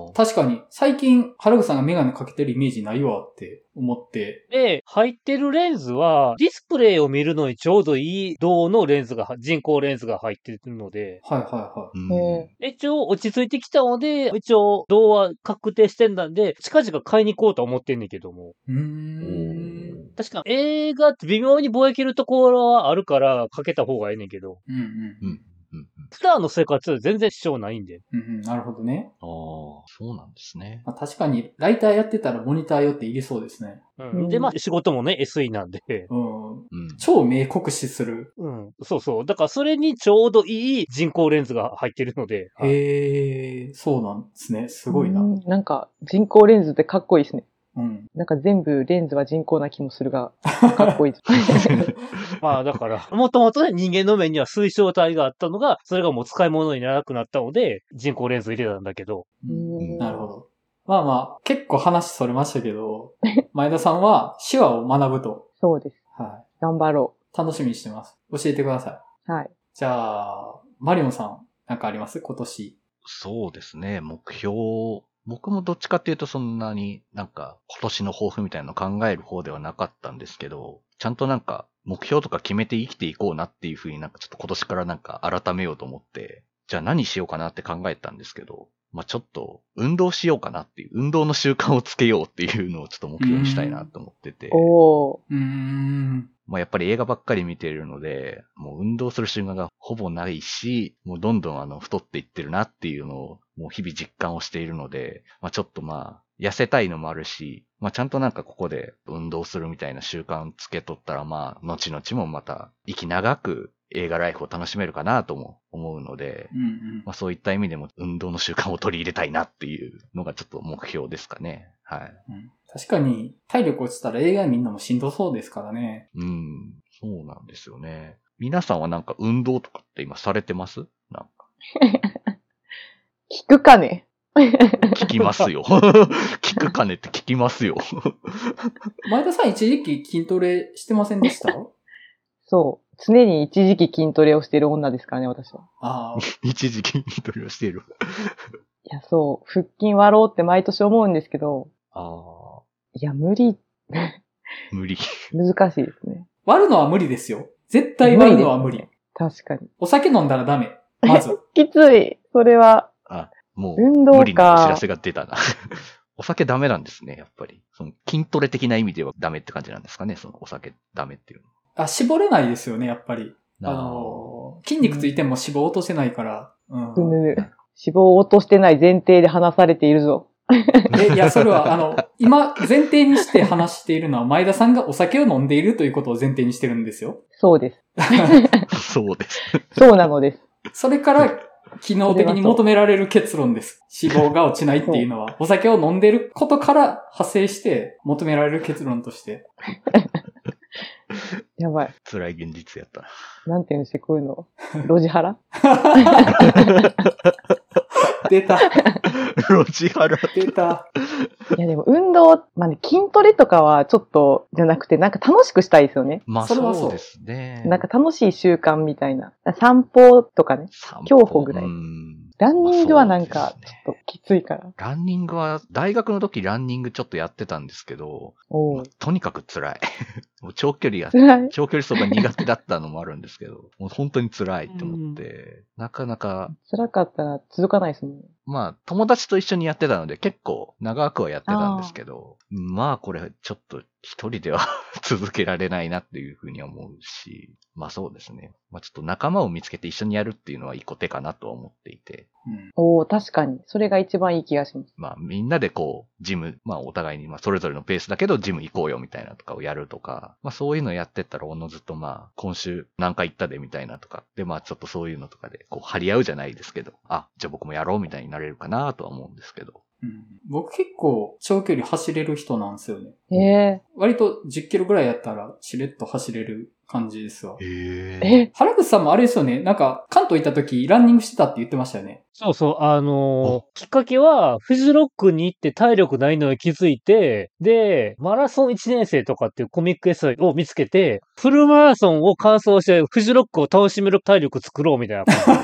D: あ。
A: 確かに、最近、原口さんがメガネかけてるイメージないわって思って。
B: で、入ってるレンズは、ディスプレイを見るのにちょうどいい銅のレンズが、人工レンズが入ってるので、
A: はいはいは
D: うん
C: ね
B: 一応落ち着いてきたので、一応銅は確定してんだんで、近々買いに行こうとは思ってんねんけども。
A: い。うーん。
D: おー
B: 確か映画って微妙にぼやけるところはあるから、かけた方がええねんけど、
A: うんうん
D: うん。うん。
B: 普段の生活は全然支障ないんで。
A: うんうん。なるほどね。
D: ああ、そうなんですね。
A: まあ、確かに、ライターやってたらモニターよって入れそうですね。
B: うん、で、まあ仕事もね、SE なんで。
A: うん。
D: うん。
A: 超明酷視する。
B: うん、そうそう。だからそれにちょうどいい人工レンズが入ってるので。はい
A: へえ、そうなんですね。す
C: す
A: ごいな。
C: なんか人工レンズってかっこいいですね。
A: うん。
C: なんか全部レンズは人工な気もす るが、かっこいいです。
B: まあだから、もともとね、人間の面には水晶体があったのが、それがもう使い物にならなくなったので、人工レンズ入れたんだけど。
C: うん
A: なるほど。まあまあ、結構話それましたけど、前田さんは手話を学ぶと。
C: そうです。
A: は
C: 頑張ろ
A: い。楽しみにしてます。教えてください。
C: う。はい。
A: じゃあ、マリオンさん、なんかあります今年。
D: そうですね。目標僕もどっちかっていうとそんなになんか今年の抱負みたいなの考える方ではなかったんですけど、ちゃんとなんか目標とか決めて生きていこうなっていうふうになんかちょっと今年からなんか改めようと思って、じゃあ何しようかなって考えたんですけど、まあちょっと運動しようかなっていう、運動の習慣をつけようっていうのをちょっと目標にしたいなと思ってて。
C: おー。
A: うーん。
D: まあ、やっぱり映画ばっかり見ているので、もう運動する瞬間がほぼないし、もうどんどんあの太っていってるなっていうのを、もう日々実感をしているので、まあ、ちょっとまあ、痩せたいのもあるし、まあ、ちゃんとなんかここで運動するみたいな習慣つけとったら、まあ、後々もまた、息長く映画ライフを楽しめるかなとも思うので、
A: うんうん。
D: まあ、そういった意味でも運動の習慣を取り入れたいなっていうのがちょっと目標ですかね。はい。
A: うん確かに、体力落ちたら映画見るのもしんどそうですからね。
D: うん、そうなんですよね。皆さんはなんか運動とかって今されてますなん か
C: 聞くかね
D: 聞きますよ。 聞くかねって聞きますよ。
A: 前田さん一時期筋トレしてませんでした
C: そう。常に一時期筋トレをしている女ですからね、私は。
A: ああ、
D: 一時期筋トレをしている。
C: いや、そう。腹筋割ろうって毎年思うんですけど、
D: ああ、
C: いや、無理、
D: 無理。
C: 難しいですね。
A: 割るのは無理ですよ。絶対割るのは無理。
C: 確かに。
A: お酒飲んだらダメ。ま ず。
C: きつい。それは、
D: もう、
C: 運動か
D: 無理なお知らせが出たな。 お酒ダメなんですね、やっぱり。その筋トレ的な意味ではダメって感じなんですかね、そのお酒ダメっていう
A: あ、絞れないですよね、やっぱり。
D: の
A: あ
D: は。
A: のー、筋肉ついても脂肪落とせないから。うん
C: う。ぬぬ。脂肪を落としてない前提で話されているぞ。
A: え、いや、それは、あの、今、前提にして話しているのは、前田さんがお酒を飲んでいるということを前提にしてるんですよ。
C: そうです。
D: そうです。
C: そうなのです。
A: それから、機能的に求められる結論です。脂肪が落ちないっていう のは、お酒を飲んでいることから派生して、求められる結論として。
C: やばい。
D: 辛い現実やったな。
C: なんていうんですか、こういうの。路地腹
A: 出た、
D: ロジハラ。
A: 出た。
C: いや、でも運動、まあね、筋トレとかはちょっと、じゃなくて、なんか楽しくしたいですよね。
D: まあ
A: それはそう
D: そうですね。
C: なんか楽しい習慣みたいな。散歩とかね。
D: 散歩、
C: 競歩ぐらい
D: うん
C: ランニングはなんか、
D: そ
C: ち
D: うですね
C: ょっときついから。
D: ランニングは、大学の時ランニングちょっとやってたんですけど、
C: お
D: も
C: う
D: うとにかく辛い。 もう長距離が、
C: 辛い。
D: 長距離走が苦手だったのもあるんですけど、もう本当に辛いって思って、なかなか、
C: 辛かったら続かないですもんね。
D: まあ友達と一緒にやってたので結構長くはやってたんですけど、まあこれちょっと一人では 続けられないなっていうふうに思うし、まあそうですね。まあちょっと仲間を見つけて一緒にやるっていうのは一個手かなとは思っていて、
A: うん
C: おお確かに。それが一番いい気がします。
D: まあみんなでこう、ジム、まあお互いにまあそれぞれのペースだけどジム行こうよみたいなとかをやるとか、まあそういうのやってったらおのずとまあ今週何回行ったでみたいなとか、でまあちょっとそういうのとかでこう張り合うじゃないですけど、あ、じゃあ僕もやろうみたいになれるかなとは思うんですけど。
A: うん僕結構、長距離走れる人なんですよね。
C: え
A: 割と10キロぐらいやったら、しれっと走れる感じですわ。
D: へ
C: ー、え、
A: 原口さんもあれですよね、なんか、関東行った時、ランニングしてたって言ってましたよね。
B: そうそう、あのーきっかけは、フジロックに行って体力ないのに気づいて、で、マラソン1年生とかっていうコミックエッセイを見つけて、フルマラソンを完走して、フジロックを楽しめる体力作ろう みたいな感じでやっ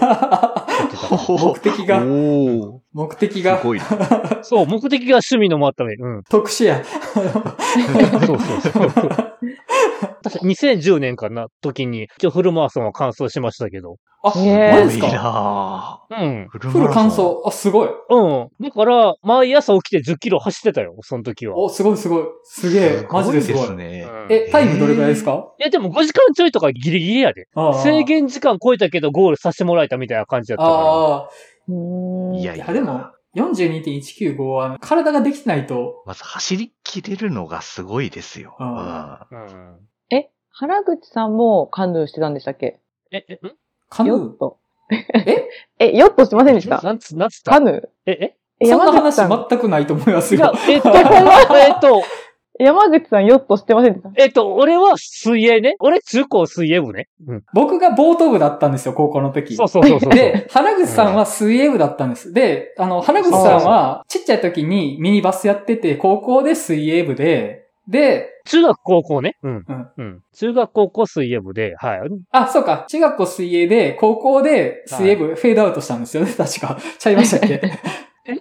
B: てた
A: 目的が
D: お
A: 目的
D: ー
A: が
D: すごいな。
B: そう、目的が趣味のもあっため。うん。
A: 特殊や。
B: そうそうそ う。確か2010年かな、時に、一応フルマラソンは完走しましたけど。
A: あ、
C: ねえ
A: マジ
D: い
A: っ
D: い
A: すか
D: な
B: うん。
D: フ
A: フル乾燥。あ、すごい。
B: うん。だから、毎朝起きて10キロ走ってたよ、その時は。
A: お、すごいすごい。すげえ。マジですごい。
B: う
D: ね。
B: ん
A: え、タイムどれくらいですか
B: いや、でも5時間ちょいとかギリギリやで。
A: あー
B: 制限時間超えたけどゴールさせてもらえたみたいな感じだったか
A: あ
C: うーん。
D: いや
A: あ。
D: い
A: い
D: や
A: や、、でも、42.195は、体ができてないと、
D: まず走り切れるのがすごいですよ。
A: あ
B: ら。うん。
C: え、原口さんもカヌーしてたんでしたっけ
B: え、え、ん
A: カヌ
C: ヨッ
A: ー。
C: ト。
A: え
C: え、ヨットしてませんでした
B: なんつ、なんつっ
C: カ
B: た
C: ヌー
B: え、え
C: え、
A: そんな
C: 山口
A: 話
C: さん、
A: 全くないと思います
B: 違う
A: よ。。
B: えっと、えっと、
C: 山口さんヨットしてませんでした
B: えっと、俺は水泳ね。俺中高水泳部ね。うん。
A: 僕がボート部だったんですよ、高校の時。
B: そうそうそうそう。
A: で、原口さんは水泳部だったんです。で、あの、原口さんは、ちっちゃい時にミニバスやってて、高校で水泳部で、で、
B: 中学高校ね。うん
A: うん。
B: うん。中学高校水泳部で、はい。
A: あ、そうか。中 学校水泳で、高校で水泳部、フェードアウトしたんですよね、確か。ちゃいましたっけ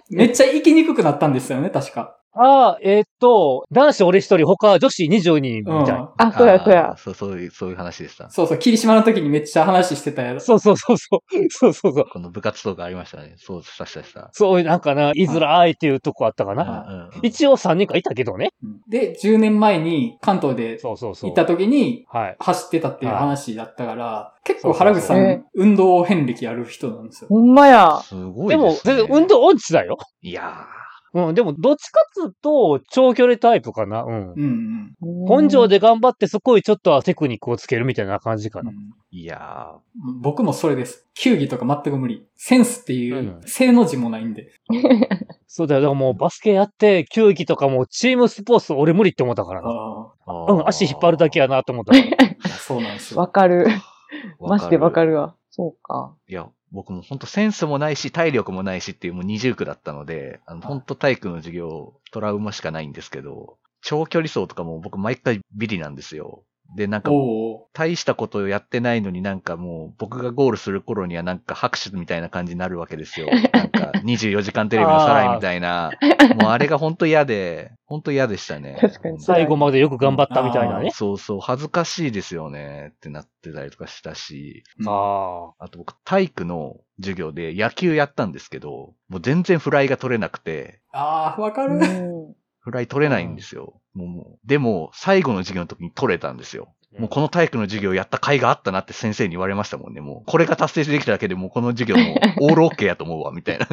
A: めっちゃ生きにくくなったんですよね、確か。
B: ああ、えーっと、男子俺一人、他女子20人み
A: うん。
B: たいな。
C: あ、そうや、そうや
D: あー。そう、そういう、そういう話でした。
A: そうそう、霧島の時にめっちゃ話してたやろ。
B: そうそうそうそう。そうそうそう。
D: この部活動がありましたね。そう、したしたした。
B: そう、なんかな、いづらいっていうとこあったか
D: うん
B: な。
D: うんうん
B: 一応3人かいたけどね。
A: うんで、10年前に関東で
B: そうそうそう。
A: 行った時に
B: はい。
A: 走ってたっていう話だったから、結構原口さ
C: そうんそう、
A: 運動遍歴ある人なんですよ。
C: ほんま や。
D: すごい
B: でも、
D: すね
B: 全然運動音痴だよ。
D: いや
B: うん、でも、どっちかっつうと、長距離タイプかな。うん。
A: うんうん
B: 根
C: 根
B: 性。で頑張って、そこにちょっとはテクニックをつけるみたいな感じか
A: う
B: な。
A: ん。
D: ー、いや
A: 僕もそれです。球技とか全く無理。センスっていう
B: う、ん
A: 性の字もないんで。
B: そうだよ。だからもうバスケやって、球技とかもチームスポーツ俺無理って思ったからな。
A: あ
D: ーあー。
B: うん、足引っ張るだけやなと思った から。
A: あ、そうなんです
C: わ
A: よ。
C: かる。
D: わ。
C: マジでわか
D: る。
C: るわ。そうか。
D: いや、僕も本当センスもないし、体力もないしっていう、もう二重苦だったので、あの本当体育の授業、トラウマしかないんですけど、長距離走とかも僕毎回ビリなんですよ。で、なんか、
A: おお。
D: 大したことをやってないのになんかもう、僕がゴールする頃にはなんか拍手みたいな感じになるわけで すよ。なんか、24時間テレビのサライみたいな。もうあれが本当嫌で、本当嫌でしたね。
C: 確かに
B: 最後までよく頑張ったみたいなね。
D: そうそう、恥ずかしいですよねってなってたりとかしたし、
A: うん
B: あ
D: あと僕体育の授業で野球やったんですけど、もう全然フライが取れなくて、
A: ああ、わか
C: う
A: る。
C: ん。
D: フライ取れないんですよ。もうもうでも、最後の授業の時に取れたんですよ。
B: あ。
D: もうこの体育の授業やった甲斐があったなって先生に言われましたもんね。もうこれが達成できただけでもうこの授 業もオールオッケーやと思うわ、みたいな。 っ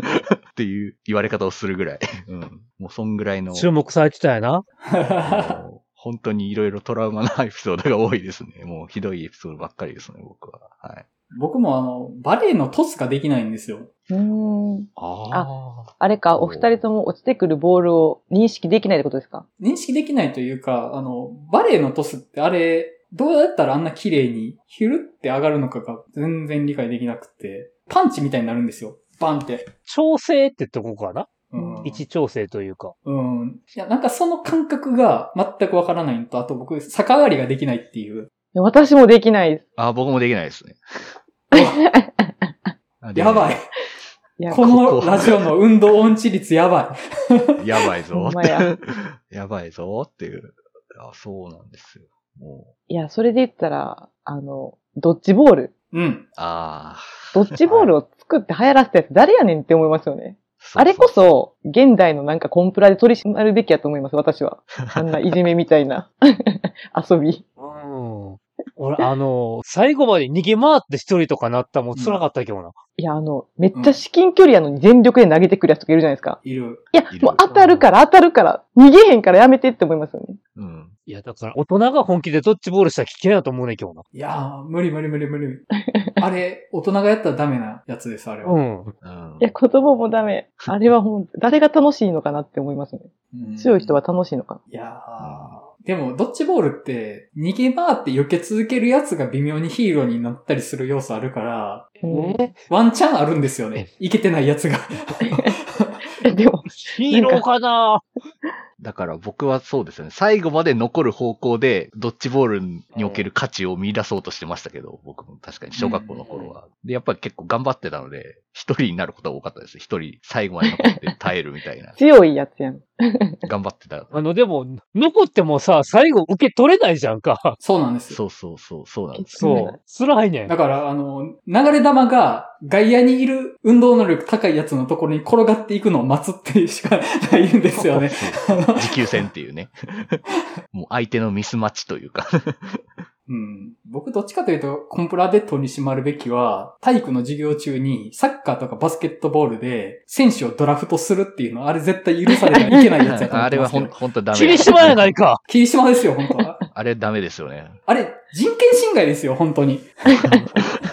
D: ていう言われ方をするぐらい。うん。もうそんぐらいの、
B: 注目されてたよな。
D: もう本当にいろいろトラウマなエピソードが多いですね。もうひどいエピソードばっかりですね、僕は。はい。
A: 僕もあの、バレエのトスができないんですよ。
C: うん。
D: ああ。
C: あれか、お二人とも落ちてくるボールを認識できないってことですか
A: 認識できないというか、あの、バレエのトスってあれ、どうやったらあんな綺麗に、ひるって上がるのかが全然理解できなくて、パンチみたいになるんですよ。バンって。
B: 調整ってとこかな。
A: うん
B: 位置調整というか。
A: うん。いや、なんかその感覚が全くわからないのと、あと僕、逆上がりができないっていう。
C: いや私もできないです。
D: あ僕もできないですね。あ
A: やばい。。
C: いや、
A: このラジオの運動音痴率やばい。
D: できないやばいぞ
C: ほん
D: っ
C: ま
D: て。
C: や
D: やばいぞっていう。あそうなんですよ。もう。
C: いや、それで言ったら、あの、ドッジボール。
A: うん。
D: ああ。
C: ドッジボールを作って流行らせたやつ誰やねんって思いますよね。
D: そうそう
C: あれこそ、現代のなんかコンプラで取り締まるべきやと思います、私 は。あんないじめみたいな 遊び。
B: うん。俺、あの、最後まで逃げ回って一人とかなったらもう辛かったけどな。
C: いや、あの、めっちゃ至近距離やのに全力で投げてくるやつとかいるじゃないですか。
A: いる。
C: いや
D: い、る
C: もう当たるから当たるから、逃げへんからやめてって思いますよね。
D: うん。
B: いや、だから、大人が本気でドッジボールしたら危険やと思うね、今日
A: いやー、無理無理無理無理。あれ、大人がやったらダメなやつです、あれは。
B: な。うん。
D: うん
C: いや、子供もダ メ。あれはほん、誰が楽しいのかなって思いますね。
A: うん
C: 強い人は楽しいのかな。
A: いやー。でも、ドッジボールって、逃げ回って避け続けるやつが微妙にヒーローになったりする要素あるから、
C: うん
B: え
A: ワンチャンあるんですよね。いけてないや つが。
C: え でも、。
B: ヒーローかな
D: だから僕はそうですよね。最後まで残る方向で、ドッジボールにおける価値を見出そうとしてましたけど、僕も確かに小学校の頃は。で、やっぱり結構頑張ってたので、一人になることが多かったです。一人最後まで残って耐えるみたいな
C: 強いやつやん。
D: 頑張ってた。
B: あの、でも、残ってもさ、最後受け取れないじゃんか。
A: そうなんですよ。
D: そうそうそう、そうなんです。
B: そう。辛いね
A: だ。から、あの、流れ玉が外野にいる運動能力高いやつのところに転がっていくのを待つっていうしかないんですよね。
D: そうそう持久戦っていうね。もう相手のミスマッチというか。
A: うん。僕どっちかというと、コンプラで取り締まるべきは、体育の授業中にサッカーとかバスケットボールで選手をドラフトするっていうのは、あれ絶対許されないいけないやつやと思
D: あ
A: って
D: れ
A: ま
D: は
A: すけ
D: ほ
A: ど
D: ん、。ほんとダメ。
B: 霧島やないか。
A: 霧島ですよ、本当 は。
D: あれダメですよね。
A: あれ、人権侵害ですよ、本当に。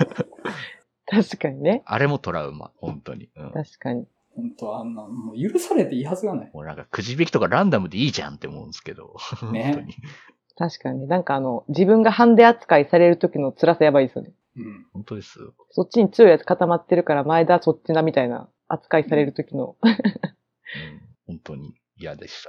C: 確かにね。
D: あれもトラウマ、本当に。うん
C: 確かに。
A: 本当あんな、もう許されていいはずがない。
D: もうなんかくじ引きとかランダムでいいじゃんって思うんですけど。本当
A: ね。
D: に。
C: 確かに。なんかあの、自分がハンデ扱いされる時の辛さやばいですよね。
A: うん。
D: 本当ですよ。
C: そっちに強いやつ固まってるから前田そっちなみたいな扱いされる時の。
D: うん本当に嫌でし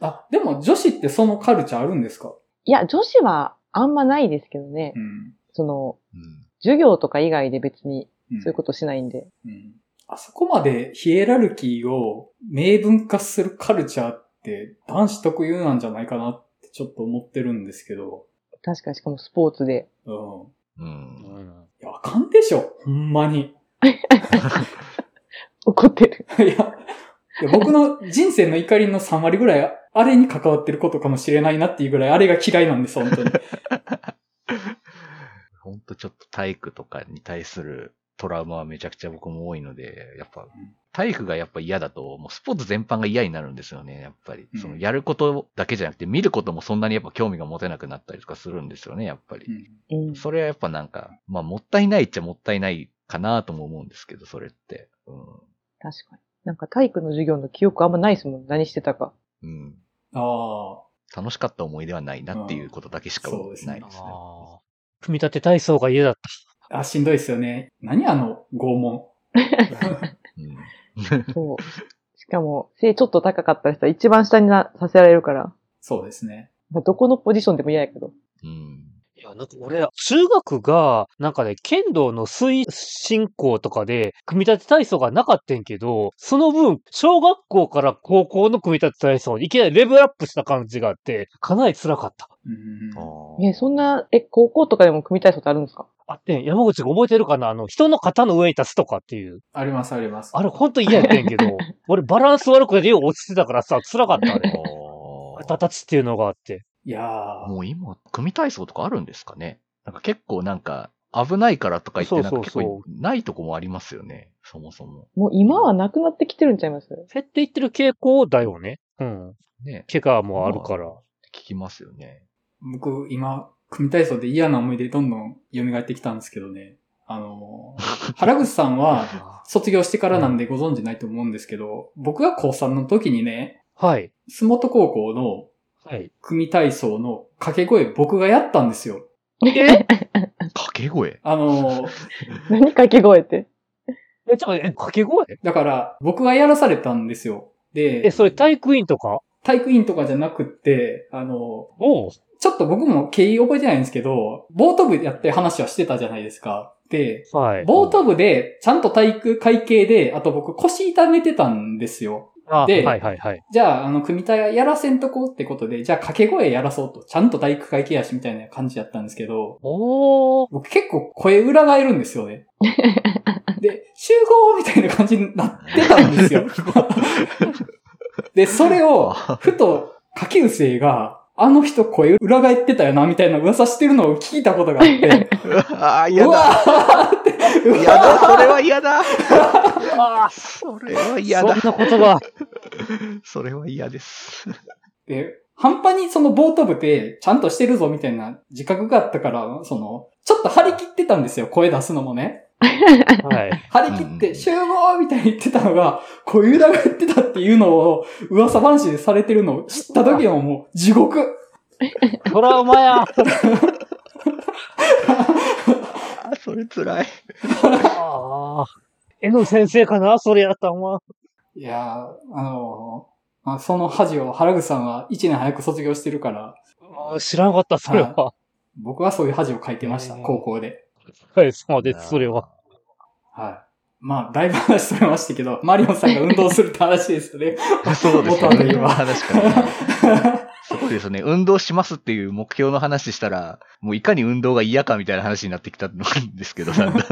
D: た。
A: あ、でも女子ってそのカルチャーあるんですか
C: いや、女子はあんまないですけどね
A: う。ん。
C: その、
D: うん
C: 授業とか以外で別に
A: うん
C: そういうことしないんで。
A: うん。あそこまでヒエラルキーを明文化するカルチャーって男子特有なんじゃないかなってちょっと思ってるんですけど。
C: 確かにしかもスポーツで。
A: うん。
D: う。
B: うんん。
A: いや、あかんでしょ。ほんまに。
C: 怒ってる。
A: いや、いや僕の人生の怒りの3割ぐらい、あれに関わってることかもしれないなっていうぐらい、あれが嫌いなんです、本当 に。
D: ほんとちょっと体育とかに対するトラウマはめちゃくちゃ僕も多いので、やっぱ
A: ん
D: 体育がやっぱ嫌だと、もうスポーツ全般が嫌になるんですよね、やっぱり
A: う。ん
D: そのやることだけじゃなくて見ることもそんなにやっぱ興味が持てなくなったりとかするんですよね、やっぱり。
C: うん。
D: それはやっぱなんか、まあもったいないっちゃもったいないかなとも思うんですけど、それって。う
C: 確かに。なんか体育の授業の記憶あんまないですもん。何してたか。
D: ん。うん。
A: あ
D: 楽しかった思い出はないなっていうことだけしか
A: うん
D: ないですね。
A: そうです
B: ああ。組み立て体操が嫌だっ
A: あ。あ、しんどいっすよね。何あの、拷問。
D: うん
C: そう。しかも、背ちょっと高かった人は一番下になさせられるから。
A: そうですね。
C: まあ、どこのポジションでも嫌やけど。
D: うん。
B: た。いや、なんか俺、中学が、なんかね、剣道の推進校とかで、組み立て体操がなかったんけど、その分、小学校から高校の組み立て体操にいきなりレベルアップした感じがあって、かなり辛かった。
A: うん。
C: え、そんな、え、高校とかでも組体操ってあるんですか
B: あってん、山口が覚えてるかなあの、人の肩の上に立つとかっていう。
A: あります、あります。
B: あれ、ほんと嫌やってんけ ど、俺、バランス悪くてよう落ちてたからさ、辛かった、あ れ。
D: あ
B: 肩立ちっていうのがあって。
A: いやー
D: あもう今、組体操とかあるんですかねなんか結構なんか、危ないからとか言って、
B: そう
D: なん
B: そ
D: か
B: う
D: 結
B: そう
D: 構ないとこもありますよね。そもそも。
C: もう今はなくなってきてるんちゃいます
B: 減っていってる傾向だよね。うん。
D: ね。
B: 怪我もあるから。
D: 聞きますよね。
A: 僕、今、組体操で嫌な思い出どんどん蘇ってきたんですけどね。あの ー、原口さんは卒業してからなんでご存知ないと思うんですけど、僕が高3の時にね、
B: はい。
A: 洲本高校の
B: はい。
A: 組体操の掛け声僕がやったんですよ。
B: え
D: 掛け声
A: あのー、
C: 何掛け声って。
B: え、ちょ、え、掛け声
A: だから僕がやらされたんですよ。
B: え、
A: で、
B: それ体育院とか
A: 体育院とかじゃなくって、あの
B: おう。
A: ー、ちょっと僕も経緯覚えてないんですけど、ボート部やって話はしてたじゃないですか。で、
B: はい。
A: ボート部で、ちゃんと体育会系で、あと僕腰痛めてたんですよ。
B: あ
A: で
B: はいはいはい。
A: じゃあ、あの、組体やらせんとこうってことで、じゃあ掛け声やらそうと、ちゃんと体育会系やしみたいな感じやったんですけど、
B: おー。
A: 僕結構声裏返るんですよね。で、集合みたいな感じになってたんですよ。で、それを、ふと、下級生が、あの人声裏返ってたよな、みたいな噂してるのを聞いたことがあって、
D: うわあ、
A: う
D: 嫌
A: わ
D: だ。
A: ーって、うわー
D: 嫌だ。それは嫌だ。
B: あー
D: それは嫌
B: そん
D: だ
B: な。こと が。
D: それは嫌です。
A: で、半端にそのボート部でちゃんとしてるぞみたいな自覚があったから、その、ちょっと張り切ってたんですよ、声出すのもね。
B: はい。
A: 張り切っ
D: うん
A: て集合みたいに言ってたのが、声裏が言ってたっていうのを噂話でされてるのを知った時はもう地獄。
B: トラウマや。
D: あーそれ辛い。
B: ああ。えの先生かなそれやったんは。
A: いやー、あのーまあ、その恥を原口さんは1年早く卒業してるから、
B: あー知らなかった、それは。
A: 僕はそういう恥をかいてました、
B: うん
A: 高校で。
B: はい、そうです、それは。。
A: はい。まあ、だいぶ話しれましたけど、 マリオンさんが運動するって話ですよ ね。
D: そうです
A: 元 の
D: ね。
A: 今
D: 話から。すごいですね。運動しますっていう目標の話したら、もういかに運動が嫌かみたいな話になってきたんですけど、だんだん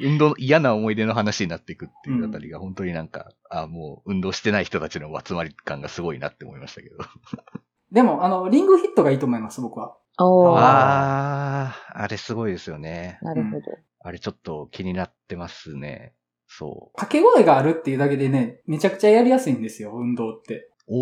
D: 運動の嫌な思い出の話になっていくっていうあたりが、本当になんか、あもう運動してない人たちの集まり感がすごいなって思いましたけど。
A: でも、あの、リングヒットがいいと思います、僕は。
C: おー。
D: ああ、あれすごいですよね。
C: なるほど。
D: あれちょっと気になってますね。そ
A: 掛け声があるっていうだけでね、めちゃくちゃやりやすいんですよ、運動って。
D: う。おー。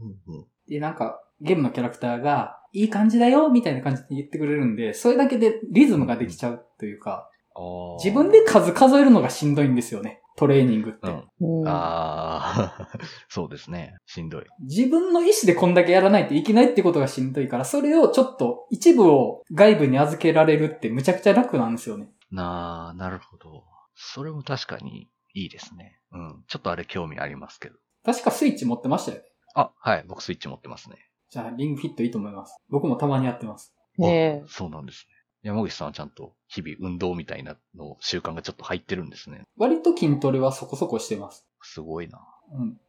D: うんうん
A: で、なんか、ゲームのキャラクターが、いい感じだよ、みたいな感じで言ってくれるんで、それだけでリズムができちゃうというか、
D: あー
A: 自分で数数えるのがしんどいんですよね、トレーニングって。
D: うん。
C: うん、
D: ああ、 そうですね。しんどい。
A: 自分の意思でこんだけやらないといけないってことがしんどいから、それをちょっと一部を外部に預けられるってむちゃくちゃ楽なんですよね。
D: なあ、なるほど。それも確かにいいですね。うん。ちょっとあれ興味ありますけど。
A: 確かスイッチ持ってましたよね。
D: あ、はい。僕スイッチ持ってますね。
A: じゃあ、リングフィットいいと思います。僕もたまにやってます。
C: ねえ。
D: そうなんですね。山口さんはちゃんと日々運動みたいなの習慣がちょっと入ってるんですね。
A: 割と筋トレはそこそこしてます。
D: すごいな。
A: うん。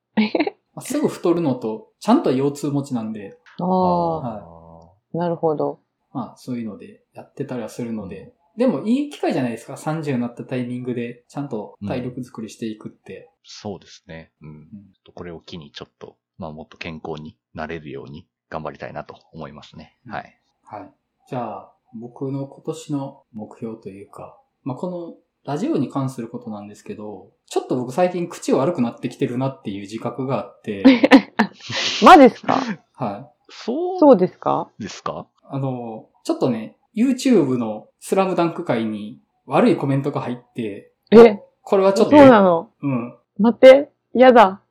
A: まあすぐ太るのと、ちゃんと腰痛持ちなんで、
C: ああ、
D: あ
C: なるほど。
A: まあそういうのでやってたりはするので、でもいい機会じゃないですか。30になったタイミングで、ちゃんと体力作りしていくって。
D: そうですね。うん
A: うん。
D: ちょっとこれを機にちょっと、まあもっと健康になれるように頑張りたいなと思いますね。
A: うん
D: はい。
A: はい。じゃあ、僕の今年の目標というか、まあ、このラジオに関することなんですけど、ちょっと僕最近口悪くなってきてるなっていう自覚があって、
C: まですか
A: はい。
D: そ
C: そううですか
D: ですか
A: あの、ちょっとね、YouTube のスラムダンク界に悪いコメントが入って、
C: え、
A: これはちょ
C: そ
A: っ
C: う
A: と、
C: なの。
A: うん。
C: 待って、やだ。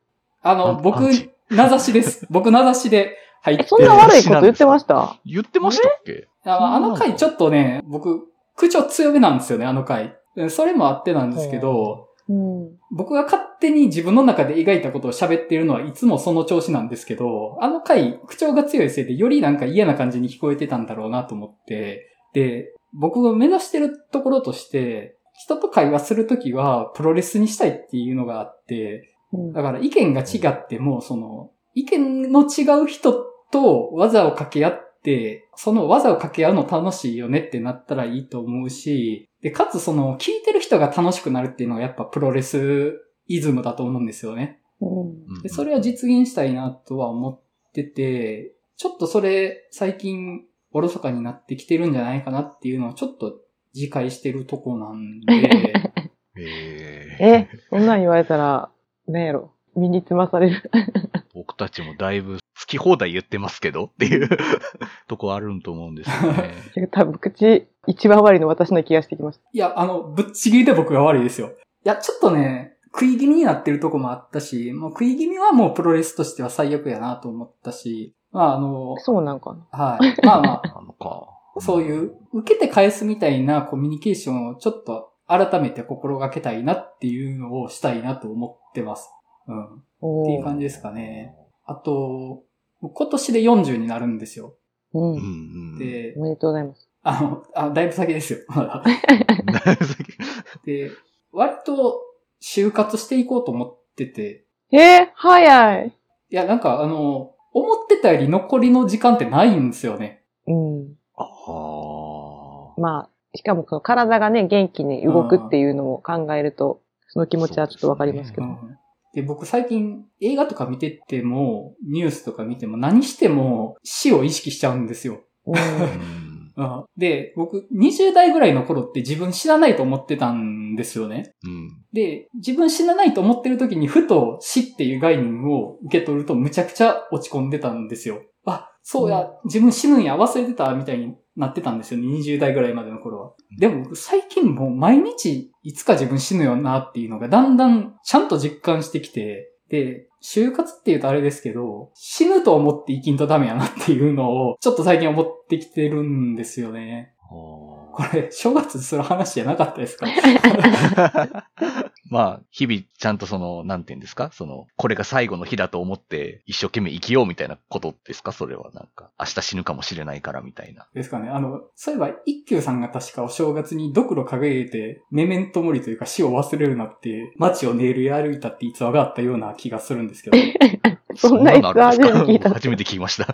A: あ
D: ア
A: の、
D: ン
A: 僕
D: アンチ、
A: 名指しです。僕名指しで入って
C: え、。そんな悪いこと言ってました
D: 言ってましたっけ
A: あのあの回ちょっとね、僕、口調強めなんですよね、あの回。うんそれもあってなんですけど、
C: うん。
A: 僕が勝手に自分の中で描いたことを喋っているのはいつもその調子なんですけど、あの回、口調が強いせいでよりなんか嫌な感じに聞こえてたんだろうなと思って、で、僕が目指してるところとして、人と会話するときはプロレスにしたいっていうのがあって、
C: うん
A: だから意見が違っても、その、意見の違う人と技を掛け合って、その技を掛け合うの楽しいよねってなったらいいと思うし、で、かつその、聞いてる人が楽しくなるっていうのがやっぱプロレスイズムだと思うんですよね。
C: うん
D: うん
A: で、それは実現したいなとは思ってて、ちょっとそれ最近おろそかになってきてるんじゃないかなっていうのをちょっと自戒してるとこなんで、
D: えー
C: え、そんなん言われたら、なんやろ。身につまされる。
D: 僕たちもだいぶ好き放題言ってますけどっていう とこあると思うんですよね。
C: 多分、口、一番悪いの私の気がしてきました。
A: いや、あの、ぶっちぎりで僕が悪いですよ。いや、ちょっとね、食い気味になってるとこもあったし、もう食い気味はもうプロレスとしては最悪やなと思ったし、まああの、
C: そうなんかな。
A: は い。まあま
D: なのか。
A: あ、そういう、受けて返すみたいなコミュニケーションをちょっと改めて心がけたいなっていうのをしたいなと思ってます。うん。
C: お
A: っていう
C: ー
A: 感じですかね。あと、今年で40になるんですよ。
C: う
D: う
C: ん。
D: んうん。
A: で
C: お、めでとうございます。
A: あの、あだいぶ先ですよ。まだ
D: だいぶ先
A: で、割と就活していこうと思ってて、
C: えー、早い。
A: いや、なんかあの、思ってたより残りの時間ってないんですよね。
C: うん。
D: ああ。
C: まあ、しかもこの体がね、元気に動くっていうのを考えると、その気持ちはちょっとわかりますけ
A: う
C: ど。
A: ん、で、僕最近映画とか見てても、ニュースとか見ても何しても死を意識しちゃうんですよ。
C: うん
D: うん
A: うん、で、僕20代ぐらいの頃って自分死なないと思ってたんですよね。
D: うん。
A: で、自分死なないと思ってる時にふと死っていう概念を受け取るとむちゃくちゃ落ち込んでたんですよ。あ、そうや、
C: う
A: 自分死ぬんや、忘れてた、みたいになってたんですよね。20代ぐらいまでの頃は。でも僕最近もう毎日いつか自分死ぬよなっていうのがだんだんちゃんと実感してきて、で、就活って言うとあれですけど、死ぬと思って生きんとダメやなっていうのをちょっと最近思ってきてるんですよね。
D: あ
A: これ、正月する話じゃなかったですか
D: ー まあ、日々ちゃんとその、なんて言うんですかその、これが最後の日だと思って一生懸命生きようみたいなことですかそれはなんか、明日死ぬかもしれないからみたいな。
A: ですかね。あの、そういえば、一休さんが確かお正月にドクロ掲げて、メメントモリというか死を忘れるなって、街を練り歩いたって逸話があったような気がするんですけど、
C: そんな
D: のあるんですか
C: 初めて聞いた
D: 初めて聞き ました。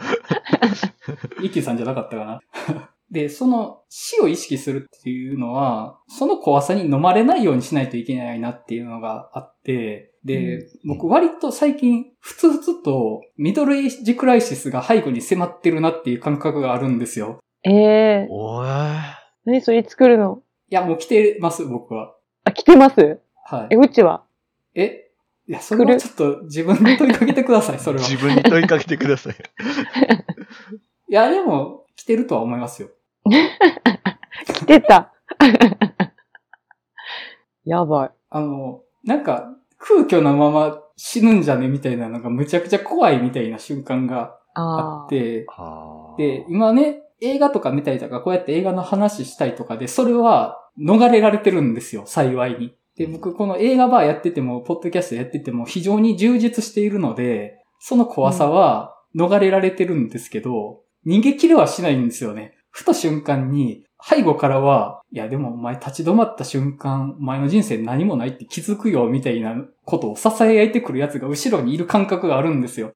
A: 一休さんじゃなかったかな。 で、その死を意識するっていうのは、その怖さに飲まれないようにしないといけないなっていうのがあって、で、僕割と最近、ふつふつとミドルエイジクライシスが背後に迫ってるなっていう感覚があるんですよ。
C: えー、
D: おー
C: 何それ作るの
A: いや、もう来てます、僕は。
C: あ、来てます
A: はい
C: え、。うちは
A: えいや、それはちょっと自分で問いかけてくだ さい、それは。い
D: 自分に問いかけてく ださい。
A: や、でも、来てるとは思いますよ。
C: 来てた。 やばい。
A: あの、なんか、空虚なまま死ぬんじゃねみたいなのがむちゃくちゃ怖いみたいな瞬間があ
C: あ
A: っ
C: ー
A: て、
D: はー
A: で、今ね、映画とか見たりとか、こうやって映画の話したりとかで、それは逃れられてるんですよ、幸いに。で、僕、この映画バーやってても、ポッドキャストやってても、非常に充実しているので、その怖さは逃れられてるんですけど、逃げ切れはしないんですよね。ふと瞬間に、背後からは、いやでもお前立ち止まった瞬間、お前の人生何もないって気づくよ、みたいなことを支え合いてくる奴が後ろにいる感覚があるんですよ。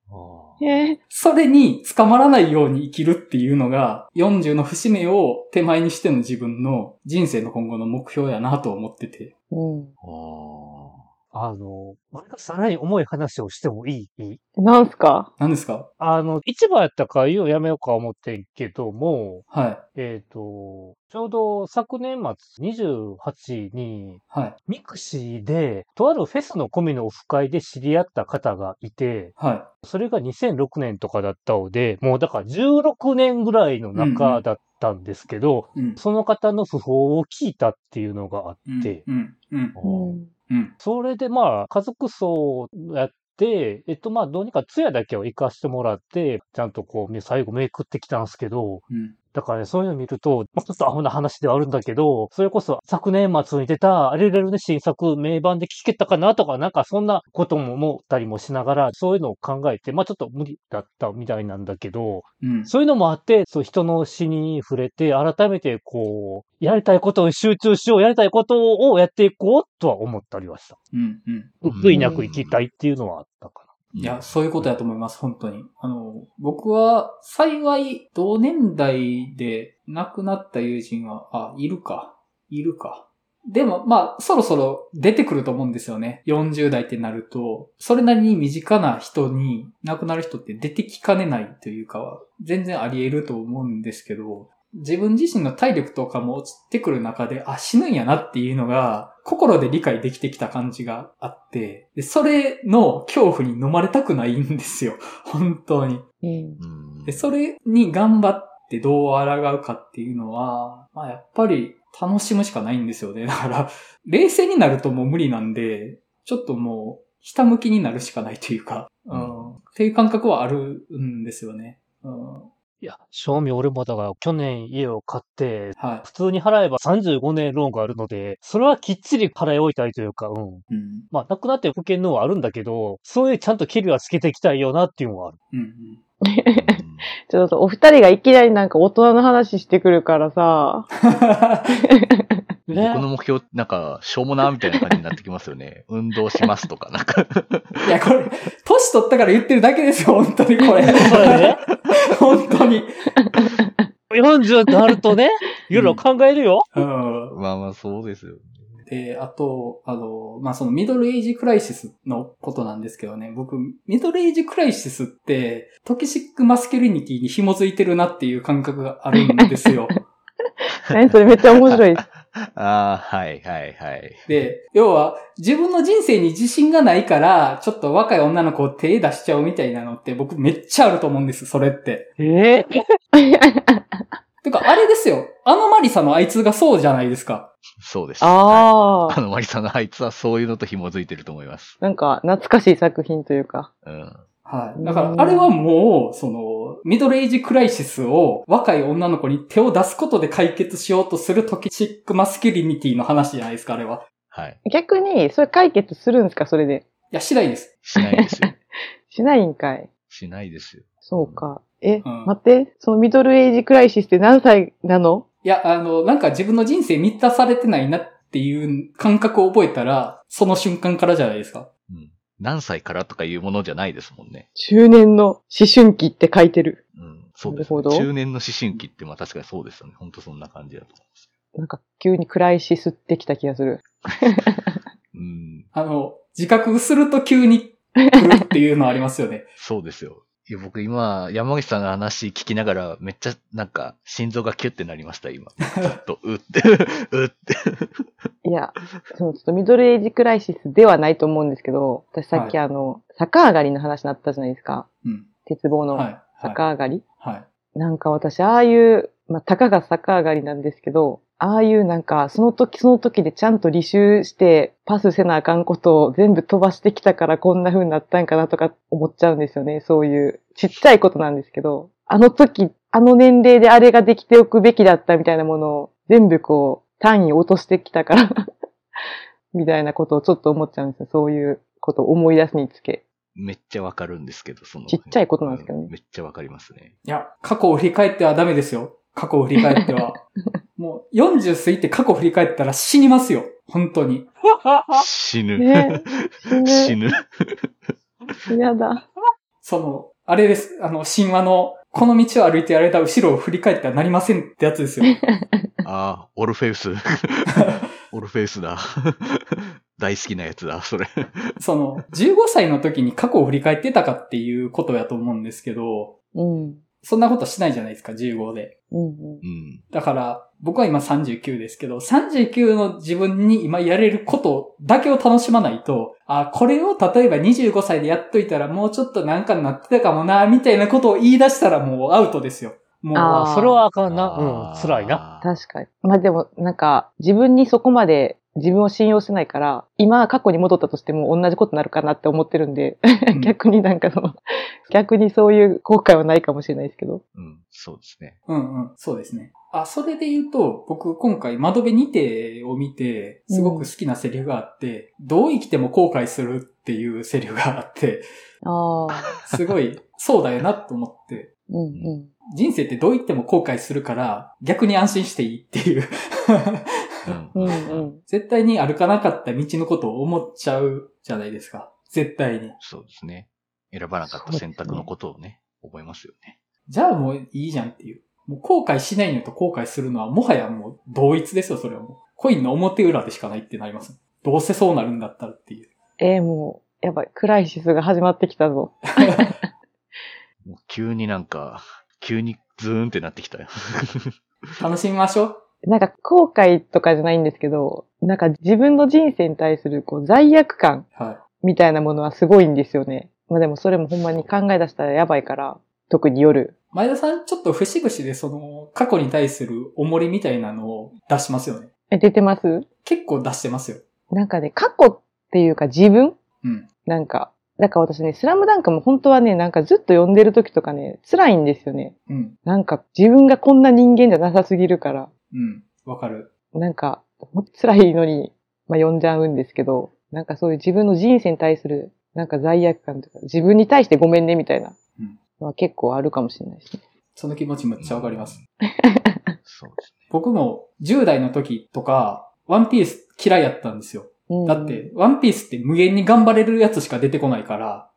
C: へえ
A: それに捕まらないように生きるっていうのが、40の節目を手前にしての自分の人生の今後の目標やなと思ってて。
C: うん。
B: あの、またさらに重い話をしてもいい
C: なんすか
A: 何ですか
B: あの、市場やったから言うのやめようか思ってんけども、
A: はい。
B: えっ、と、ちょうど昨年末28に、
A: はい。
B: ミクシーで、とあるフェスの込みのオフ会で知り合った方がいて、
A: は
B: それが2006年とかだったので、もうだから16年ぐらい
A: う
B: の
A: んう
B: 中
A: ん
B: だったんですけど、
A: い。うん。
B: その方の訃報を聞いたっていうのがあって、
A: うん。うん。
C: うん。
A: うん。
B: それでまあ、家族葬やって、えっとまあ、どうにか通夜だけは行かしてもらって、ちゃんとこう、最後めくってきたんですけど、
A: うん。
B: だからね、そういうの見ると、まあ、ちょっとアホな話ではあるんだけど、それこそ昨年末に出た、あれれるね、新作名盤で聞けたかなとか、なんかそんなことも思ったりもしながら、そういうのを考えて、まあちょっと無理だったみたいなんだけど、
A: うん。
B: そういうのもあって、そう人の死に触れて、改めてこう、やりたいことに集中しよう、やりたいことをやっていこうとは思ったりはした。
A: うん。うん。
D: うん
B: 悔いなく生きたいっていうのはあったか
A: いや、そういうことやと思います、本当に。あの、僕は、幸い、同年代で亡くなった友人は、あ、いるか。いるか。でも、まあ、そろそろ出てくると思うんですよね。40代ってなると、それなりに身近な人に、亡くなる人って出てきかねないというか、全然あり得ると思うんですけど、自分自身の体力とかも落ちてくる中で、あ、死ぬんやなっていうのが、心で理解できてきた感じがあって、でそれの恐怖に飲まれたくないんですよ。 本当に。
C: うん。
D: うん
A: で、それに頑張ってどう抗うかっていうのは、まあやっぱり楽しむしかないんですよね。だ から、冷静になるともう無理なんで、ちょっともう、ひたむきになるしかないというか、う
D: うん
A: ん、っていう感覚はあるんですよね。うん、は
B: な。いや、正味俺もだから去年家を買って、
A: い。
B: 普通に払えば35年ローンがあるので、それはきっちり払い終えたいというか、うん。
A: うん。
B: まあ、なくなって保険のはあるんだけど、そういうちゃんと距離はつけていきたいよなっていうのはある。
A: うん。うん。
C: ちょっとお二人がいきなりなんか大人の話してくるからさ。
D: 僕
B: ね
D: の目標、なんか、しょうもな、みたいな感じになってきますよね。運動しますとか、なんか。
A: いや、これ、年取ったから言ってるだけですよ、本当にこれ。
B: そうだね。
A: 本当に。
B: 40になるとね、いろいろ考えるよ。
A: うん。
D: まあまあ、そうですよ。
A: で、あと、あの、まあ、そのミドルエイジクライシスのことなんですけどね、僕、ミドルエイジクライシスって、トキシックマスキュリニティに紐づいてるなっていう感覚があるんです よ。
C: 何それめっちゃ面白いです。
D: ああ、はい、はい、はい。
A: で、要は、自分の人生に自信がないから、ちょっと若い女の子を手出しちゃうみたいなのって、僕めっちゃあると思うんです、それって。
B: ええ
A: てか、あれですよ。あのマリサのあいつがそうじゃないですか。
D: そうです。はい
C: あ
D: あ
C: あ。
D: の、マリさんのあいつはそういうのと紐づいてると思います。
C: なんか懐かしい作品というか。
D: うん。
A: はい。だから、あれはもう、その、ミドルエイジクライシスを若い女の子に手を出すことで解決しようとするトキシックマスキュリニティの話じゃないですか、あれは。
D: はい。
C: 逆に、それ解決するんですかそれで。
A: いや、次第です。
D: しないです よ。
C: しないんかい。
D: しないですよ。
C: そうか。え、
A: うん
C: 待って、そのミドルエイジクライシスって何歳なの
A: いや、あの、なんか自分の人生満たされてないなっていう感覚を覚えたら、その瞬間からじゃないですか。
D: うん。何歳からとかいうものじゃないですもんね。
C: 中年の思春期って書いてる。
D: うん。そう
C: な
D: で
C: る
D: す、ね
C: ほ。ど
D: 中年の思春期って、まあ確かにそうですよね。ほんとそんな感じだと思います。
C: なんか急にクライシスってきた気がする。
D: うん。
A: あの、自覚すると急に来るっていうのはありますよね。
D: そうですよ。いや僕今、山口さんの話聞きながら、めっちゃ、なんか、心臓がキュッてなりました、今。ちょっと、うって、うって。
C: いや、そのちょっとミドルエイジクライシスではないと思うんですけど、私さっきあの、逆上がりの話になったじゃないですか。
A: うん。
C: 鉄棒
A: はい。
C: の
A: はい。
C: 逆上がり。
A: はい。
C: なんか私、ああいう、まあ、たかが逆上がりなんですけど、ああいうなんか、その時その時でちゃんと履修して、パスせなあかんことを全部飛ばしてきたからこんな風になったんかなとか思っちゃうんですよね。そういう、ちっちゃいことなんですけど、あの時、あの年齢であれができておくべきだったみたいなものを、全部こう、単位落としてきたから、 みたいなことをちょっと思っちゃうんですよ。そういうことを思い出すにつけ。
D: めっちゃわかるんですけど、その。
C: ちっちゃいことなんですけどね
D: うめっちゃわかりますね。
A: いや、過去を振り返ってはダメですよ。過去を振り返っては。もう40過ぎて過去振り返ったら死にますよ。本当に。
D: 死ぬ。
C: ね死
D: 死
C: ぬ。
D: ぬ。
C: 嫌だ。
A: その、あれです。あの、神話の、この道を歩いてやられた後ろを振り返ってはなりませんってやつですよ。
D: ああ、オルフ ェウス。オルフェウスだ。大好きなやつだ、それ。
A: その、15歳の時に過去を振り返ってたかっていうことやと思うんですけど、
C: うん。
A: そんなことしないじゃないですか、15で。
C: うんうん
D: う。ん。
A: だから、僕は今39ですけど、39の自分に今やれることだけを楽しまないと、あ、これを例えば25歳でやっといたらもうちょっとなんかなってたかもな、みたいなことを言い出したらもうアウトですよ。もう、
C: あー
B: あそれはあかんな。うん、辛いな。
D: な。
C: 確かに。まあでも、なんか、自分にそこまで自分を信用してないから、今過去に戻ったとしても同じことになるかなって思ってるんで、
A: うん
C: 逆になんかその、逆にそういう後悔はないかもしれないですけど。
D: うん、そうですね。
A: うんうん、そうですね。あ、それで言うと、僕今回窓辺にてを見て、すごく好きなセリフがあって、どう生きても後悔するっていうセリフがあって、
C: ああ。
A: すごい、そうだよなと思って、
C: うんうん。
A: 人生ってどう言っても後悔するから、逆に安心していいっていう。
D: うん。
C: うんうん。
A: 絶対に歩かなかった道のことを思っちゃうじゃないですか。絶対に。
D: そうですね。選ばなかった選択のことをね、覚えますよね。
A: じゃあもういいじゃんっていう。もう後悔しないのと後悔するのはもはやもう同一ですよ、それはもう。コインの表裏でしかないってなります。どうせそうなるんだったらっていう。
C: えー、もう、やばい、クライシスが始まってきたぞ。
D: もう急になんか、急にズーンってなってきたよ。
A: 楽しみましょう。
C: なんか後悔とかじゃないんですけど、なんか自分の人生に対するこう罪悪感
A: はい。
C: みたいなものはすごいんですよね。まあでもそれもほんまに考え出したらやばいから、特に夜。
A: 前田さん、ちょっと節々でその過去に対する重りみたいなのを出しますよね。
C: え、出てます
A: 結構出してますよ。
C: なんかね、過去っていうか自分
A: うん。
C: なんか、だから私ね、スラムダンクも本当はね、なんかずっと読んでる時とかね、辛いんですよね。
A: うん。
C: なんか自分がこんな人間じゃなさすぎるから、
A: うん。わかる。
C: なんか、もっと辛いのに、まあ、読んじゃうんですけど、なんかそういう自分の人生に対する、なんか罪悪感とか、自分に対してごめんねみたいな
A: うん、
C: のは結構あるかもしれないですね。
A: その気持ちむっちゃわかります。
D: そうですね。
A: 僕も10代の時とか、ワンピース嫌いやったんですよ。
C: うん
A: だって、、ワンピースって無限に頑張れるやつしか出てこない から、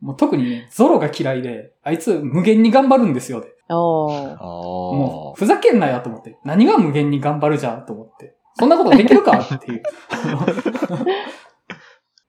A: もう特にね、ゾロが嫌いで、あいつ無限に頑張るんですよね。
C: ああ、
D: ああ。
A: もう、ふざけんなよと思って。何が無限に頑張るじゃんと思って。そんなことできるかっていう。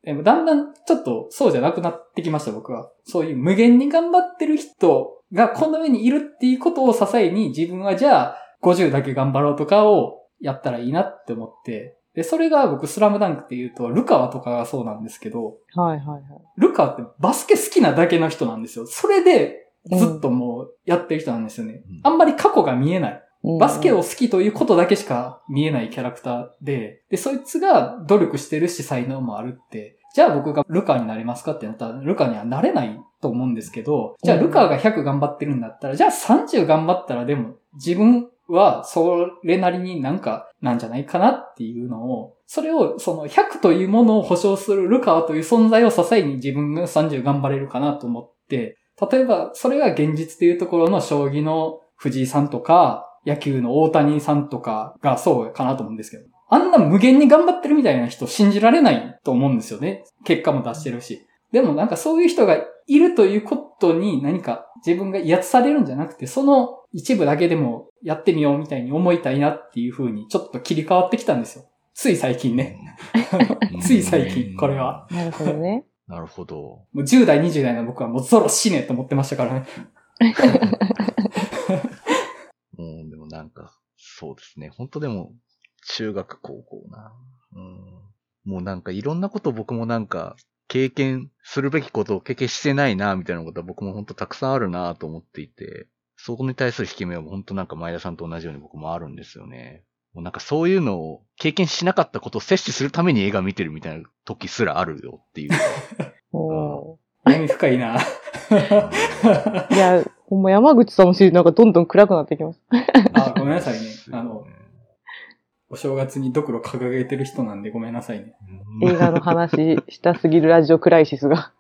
A: でもだんだんちょっとそうじゃなくなってきました、僕は。そういう無限に頑張ってる人がこの上にいるっていうことを支えに自分はじゃあ50だけ頑張ろうとかをやったらいいなって思って。で、それが僕スラムダンクっていうと、ルカワとかがそうなんですけど、
C: はいはいはい。
A: ルカワってバスケ好きなだけの人なんですよ。それでずっともうやってる人なんですよね
D: うん。
A: あんまり過去が見えない。
C: うん
A: バスケを、好きということだけしか見えないキャラクターで、で、そいつが努力してるし才能もあるって、じゃあ僕がルカになれますかってなったら、ルカにはなれないと思うんですけど、じゃあルカが100頑張ってるんだったら、じゃあ30頑張ったらでも自分はそれなりになんかなんじゃないかなっていうのを、それをその100というものを保証するルカという存在を支えに自分が30頑張れるかなと思って、例えば、それが現実でいうところの将棋の藤井さんとか、野球の大谷さんとかがそうかなと思うんですけど、あんな無限に頑張ってるみたいな人信じられないと思うんですよね。結果も出してるし。でもなんかそういう人がいるということに何か自分が威圧されるんじゃなくて、その一部だけでもやってみようみたいに思いたいなっていう風にちょっと切り替わってきたんですよ。つい最近ね。
D: う ん
A: つい最近これは。
C: なるほどね。
D: なるほど。
A: もう10代、20代の僕はもうゾロ死ねと思ってましたからね。
D: うん、でもなんか、そうですね。本当でも、中学、高校な。うん。もうなんかいろんなこと僕もなんか、経験するべきことを経験してないな、みたいなことは僕も本当たくさんあるなと思っていて、そこに対する引き目は本当なんか前田さんと同じように僕もあるんですよね。もうなんかそういうのを経験しなかったことを摂取するために映画見てるみたいな時すらあるよ っていう。
C: お
A: 闇深いな。
C: ーいや、ほんま山口さんのシリーズなんかどんどん暗くなってきます。
A: あ、ごめんなさいね。
D: そう
A: あの、お正月にドクロ掲げてる人なんでごめんなさいね。
D: うん
C: 映画の話したすぎるラジオクライシスが。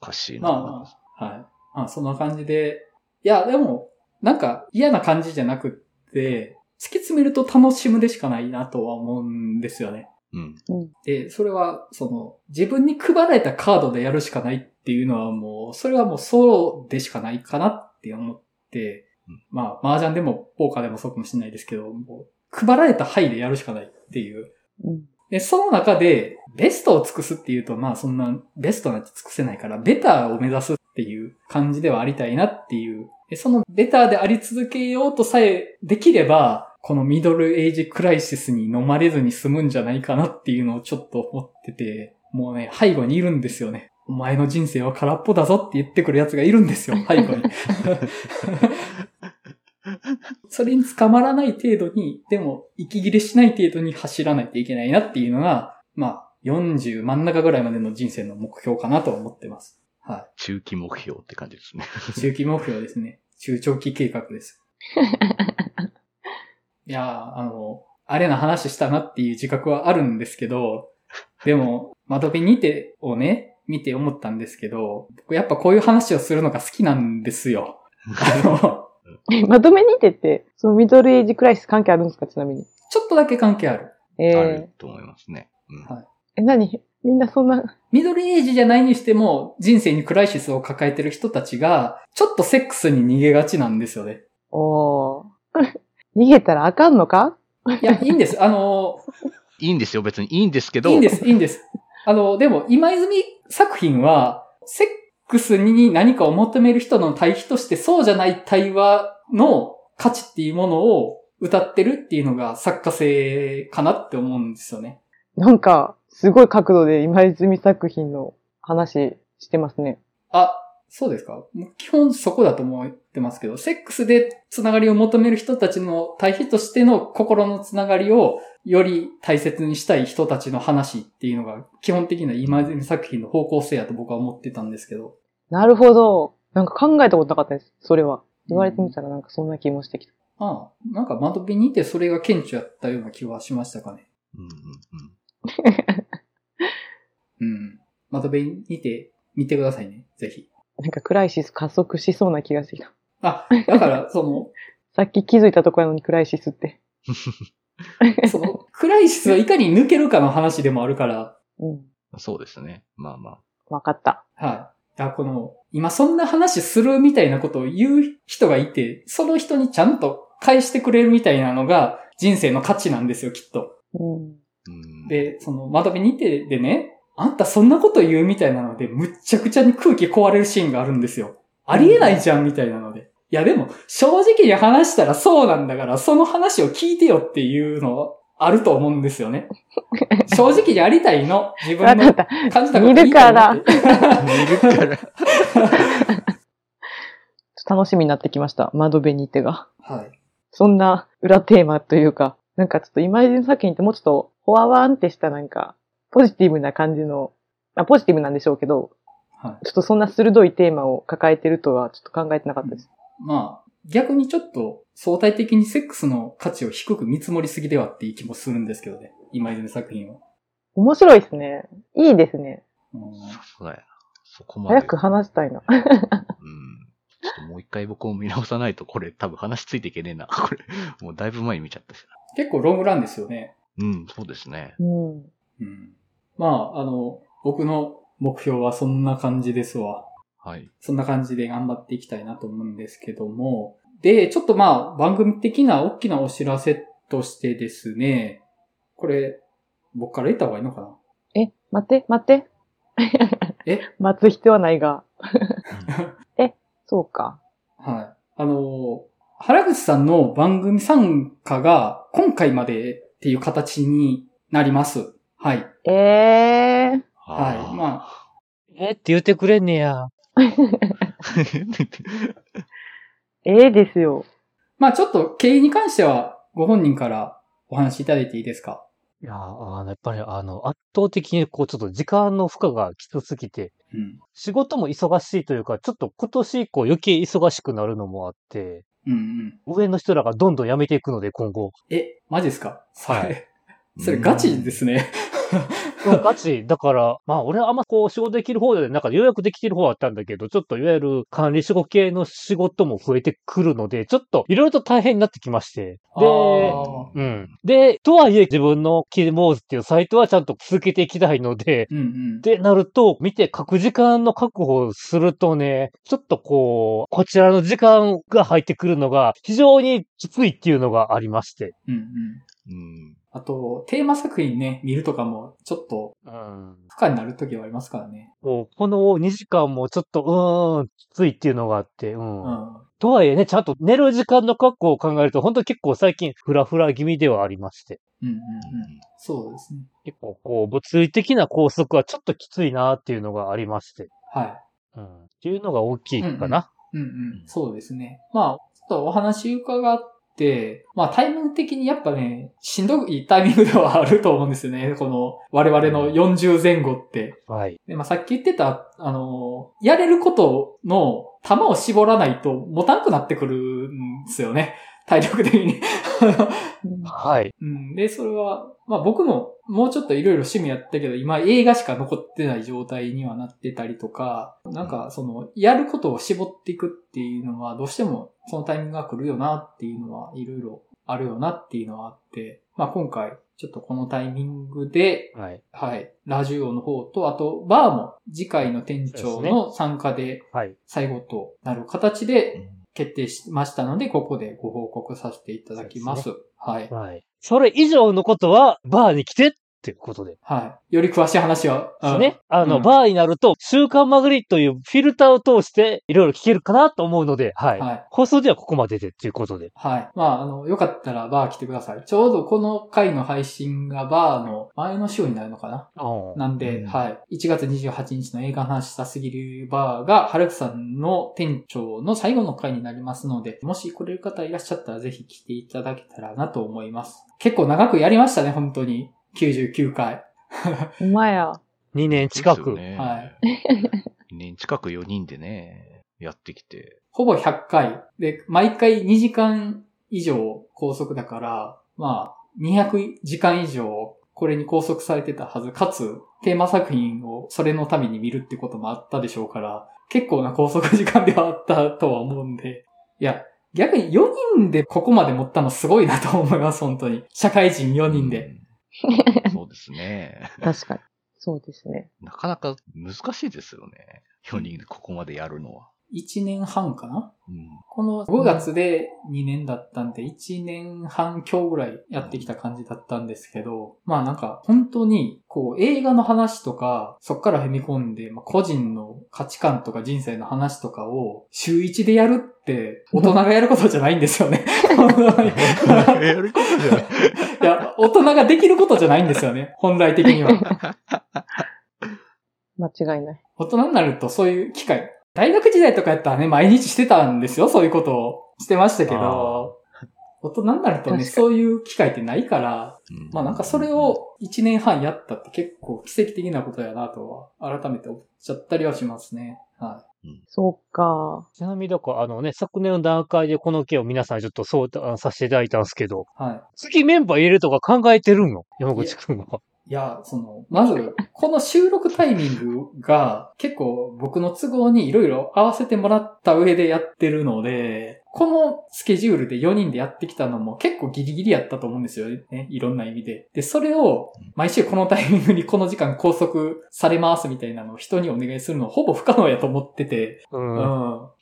D: おかしいな。
A: まあまあ、はい。まあ、そんな感じで、いや、でも、なんか嫌な感じじゃなくって、突き詰めると楽しむでしかないなとは思うんですよね。
D: うん。
A: で、それは、その、自分に配られたカードでやるしかないっていうのはもう、それはもうそうでしかないかなって思って
D: うん、
A: まあ、麻雀でもポーカーでもそうかもしれないですけど、もう配られた範囲でやるしかないっていう。
C: うん。
A: で、その中で、ベストを尽くすっていうと、まあそんな、ベストなんて尽くせないから、ベターを目指すっていう感じではありたいなっていう。で、そのベターであり続けようとさえできれば、このミドルエイジクライシスに飲まれずに済むんじゃないかなっていうのをちょっと思ってて、もうね、背後にいるんですよね。お前の人生は空っぽだぞって言ってくる奴がいるんですよ、背後に。それに捕まらない程度に、でも、息切れしない程度に走らないといけないなっていうのが、まあ、40真ん中ぐらいまでの人生の目標かなと思ってます。は
D: 中期目標って感じですね。
A: い。中期目標ですね。中長期計画です。いやー、あの、あれな話したなっていう自覚はあるんですけど、でも、窓辺にてをね、見て思ったんですけど、僕やっぱこういう話をするのが好きなんですよ。あの、
C: え まとめにてって、そのミドルエイジクライシス関係あるんですかちなみに。
A: ちょっとだけ関係ある。
C: え
D: あ
C: ー
D: る、と思いますね。うん。
A: はい
C: え、何みんなそんな、
A: ミドルエイジじゃないにしても、人生にクライシスを抱えてる人たちが、ちょっとセックスに逃げがちなんですよね。
C: おー 逃げたらあかんのか
A: いや、いいんです。あの、
D: いいんですよ、別にいいんですけど。
A: いいんです、いいんです。あの、でも、今泉作品は、セックスに何かを求める人の対比として、そうじゃない対話の価値っていうものを歌ってるっていうのが作家性かなって思うんですよね。
C: なんか、すごい角度で今泉作品の話してますね。
A: あ、そうですか。もう基本そこだと思ってますけど、セックスでつながりを求める人たちの対比としての心のつながりをより大切にしたい人たちの話っていうのが基本的な今泉作品の方向性やと僕は思ってたんですけど。
C: なるほど。なんか考えたことなかったです。それは。言われてみたらなんかそんな気もしてきた。
A: ああ、なんか窓辺にいてそれが顕著やったような気はしましたかね。
D: うんうんうん。
A: うん。窓辺にいて見てくださいね。ぜひ。
C: なんかクライシス加速しそうな気がしてきた。
A: あ、だから、その、
C: さっき気づいたとこやのにクライシスって。
A: その、クライシスをいかに抜けるかの話でもあるから、
C: うん。
D: そうですね。まあまあ。
C: わかった。
A: はい。だからこの、今そんな話するみたいなことを言う人がいて、その人にちゃんと返してくれるみたいなのが人生の価値なんですよ、きっと。
C: うん。
D: うん、
A: で、その、窓辺にいてでね、あんたそんなこと言うみたいなので、むっちゃくちゃに空気壊れるシーンがあるんですよ。ありえないじゃん、みたいなので。いや、でも、正直に話したらそうなんだから、その話を聞いてよっていうの、あると思うんですよね。正直にありたいの。自
C: わ
A: 分
C: かっ
A: の
C: た。
A: 感じたこといいと思って
C: 見るから
D: 見る から。
C: 楽しみになってきました。窓辺にてが。
A: はい。
C: そんな裏テーマというか、なんかちょっと今泉作品ってもうちょっと、ほわわんってしたなんか、ポジティブな感じの、まあポジティブなんでしょうけど、
A: はい。
C: ちょっとそんな鋭いテーマを抱えてるとはちょっと考えてなかったです。
A: まあ、逆にちょっと相対的にセックスの価値を低く見積もりすぎではっていう気もするんですけどね。今泉作品は。
C: 面白いですね。いいですね。
A: うん
D: そうだよな。そこまで。
C: 早く話したいな。
D: うん。ちょっともう一回僕も見直さないと、これ多分話ついていけねえな。 これ、もうだいぶ前に見ちゃったし
A: 結構ロングランですよね。
D: な。うん、そうですね。
C: うん。
A: うん、まあ、あの、僕の目標はそんな感じですわ。
D: はい。
A: そんな感じで頑張っていきたいなと思うんですけども。で、ちょっとまあ、番組的な大きなお知らせとしてですね、これ、僕から言った方がいいのかな
C: え、待って、待って。
A: え
C: 待つ必要はないが。 え、そうか。
A: はい。あのー、原口さんの番組参加が今回までっていう形になります。はい。
C: ええー。
A: はい。
D: あー
A: まあ、
B: えって言ってくれんねや。
C: ええですよ。
A: まあちょっと経営に関してはご本人からお話しいただいていいですか
B: いやー、あの、やっぱりあの、圧倒的にこう、ちょっと時間の負荷がきつすぎて、
A: うん。
B: 仕事も忙しいというか、ちょっと今年以降余計忙しくなるのもあって、
A: うんうん。
B: 上の人 らがどんどん辞めていくので、今後。
A: え、マジですかそれ、
B: は
A: それガチですね。
B: うんガチ。だから、まあ俺はあんまこう仕事できる方で、なんか予約できてる方はあったんだけど、ちょっといわゆる管理職系の仕事も増えてくるので、ちょっといろいろと大変になってきまして。
A: あ
B: で、
A: ー
B: うん。で、とはいえ自分のキーモーズっていうサイトはちゃんと続けていきたいので、
A: うんうん。
B: ってなると、見て書く時間の確保をするとね、ちょっとこう、こちらの時間が入ってくるのが非常にきついっていうのがありまして。
A: うんうん。
D: うん。
A: あと、テーマ作品ね、見るとかも、ちょっと
B: うん。
A: 負荷になる時はありますからね。
B: こうこの2時間もちょっと、うーん、きついっていうのがあって、うん。
A: うん。
B: とはいえね、ちゃんと寝る時間の確保を考えると、本当結構最近フラフラ気味ではありまして。
A: うんうんうん。そうですね。
B: 結構こう、物理的な拘束はちょっときついなっていうのがありまして。
A: はい。
B: うん。っていうのが大きいかな。
A: うんうん、そうですね。まあ、ちょっとお話伺って、まあタイミング的にやっぱね、しんどいタイミングではあると思うんですよね。こ の我々の40前後って。
B: はい。
A: でまあさっき言ってた、あの、やれることの弾を絞らないと持たんくなってくるんですよね。体力的に。
C: うん
B: はい。
A: うん、で、それは、まあ僕ももうちょっといろいろ趣味やったけど、今映画しか残ってない状態にはなってたりとか、なんかその、やることを絞っていくっていうのは、どうしてもそのタイミングが来るよなっていうのは、いろいろあるよなっていうのはあって、まあ今回、ちょっとこのタイミングで、
B: はい。
A: はい、ラジオの方と、あと、バーも次回の店長
B: そうですね
A: の参加で
B: はい。
A: 最後となる形で決定しましたので、ここでご報告させていただきます。
B: そ
A: はい。
B: はい。それ以上のことは、バーに来てっていうことで。
A: はい。より詳しい話は。うん
B: ね。あの、
A: うん
B: バーになると、週刊まぐりというフィルターを通して、いろいろ聞けるかなと思うので、はい。
A: はい。
B: 放送ではここまででっていうことで。
A: はい。まあ、あの、よかったらバー来てください。ちょうどこの回の配信がバーの前の週になるのかな
B: あ
A: なんで、
D: うん。
A: はい。1月28日の映画の話したすぎるバーが、ハルクさんの店長の最後の回になりますので、もし来れる方いらっしゃったらぜひ来ていただけたらなと思います。結構長くやりましたね、本当に。99回。
C: ほんまや。
B: 2年近く。
A: はい
D: 2年近く4人でね、やってきて。
A: ほぼ100回。で、毎回2時間以上拘束だから、まあ、200時間以上これに拘束されてたはず、かつ、テーマ作品をそれのために見るってこともあったでしょうから、結構な拘束時間ではあったとは思うんで。いや、逆に4人でここまで持ったのすごいなと思います、本当に。社会人4人で。
D: うん。そうですね。
C: 確かに。そうですね。
D: なかなか難しいですよね。4人でここまでやるのは。
A: 1年半かな
D: うん。
A: この5月で2年だったんで、1年半強ぐらいやってきた感じだったんですけど、まあなんか本当に、こう映画の話とか、そっから踏み込んで、まあ、個人の価値観とか人生の話とかを週1でやるって、大人がやることじゃないんですよね。
D: やることじゃない。
A: いや、大人ができることじゃないんですよね、本来的には。
C: 間違いない。
A: 大人になるとそういう機会。大学時代とかやったらね、毎日してたんですよ、そういうことを。してましたけど、大人になると
C: 確か
A: ね、
C: に
A: そういう機会ってないから、
D: うん
A: まあなんかそれ、を1年半やったって結構奇跡的なことやなとは、改めて思っちゃったりはしますね。は
C: そうか。
B: ちなみに、だから、あのね、昨年の段階でこの件を皆さんにちょっと相談させていただいたんですけど、
A: い。は
B: 次メンバー入れるとか考えてるの山口くんは。
A: い。いや、その、まず、この収録タイミングが結構僕の都合にいろいろ合わせてもらった上でやってるので、このスケジュールで4人でやってきたのも結構ギリギリやったと思うんですよね。いろんな意味で。で、それを毎週このタイミングにこの時間拘束されますみたいなのを人にお願いするのはほぼ不可能やと思ってて、
B: う
A: うん。
B: ん。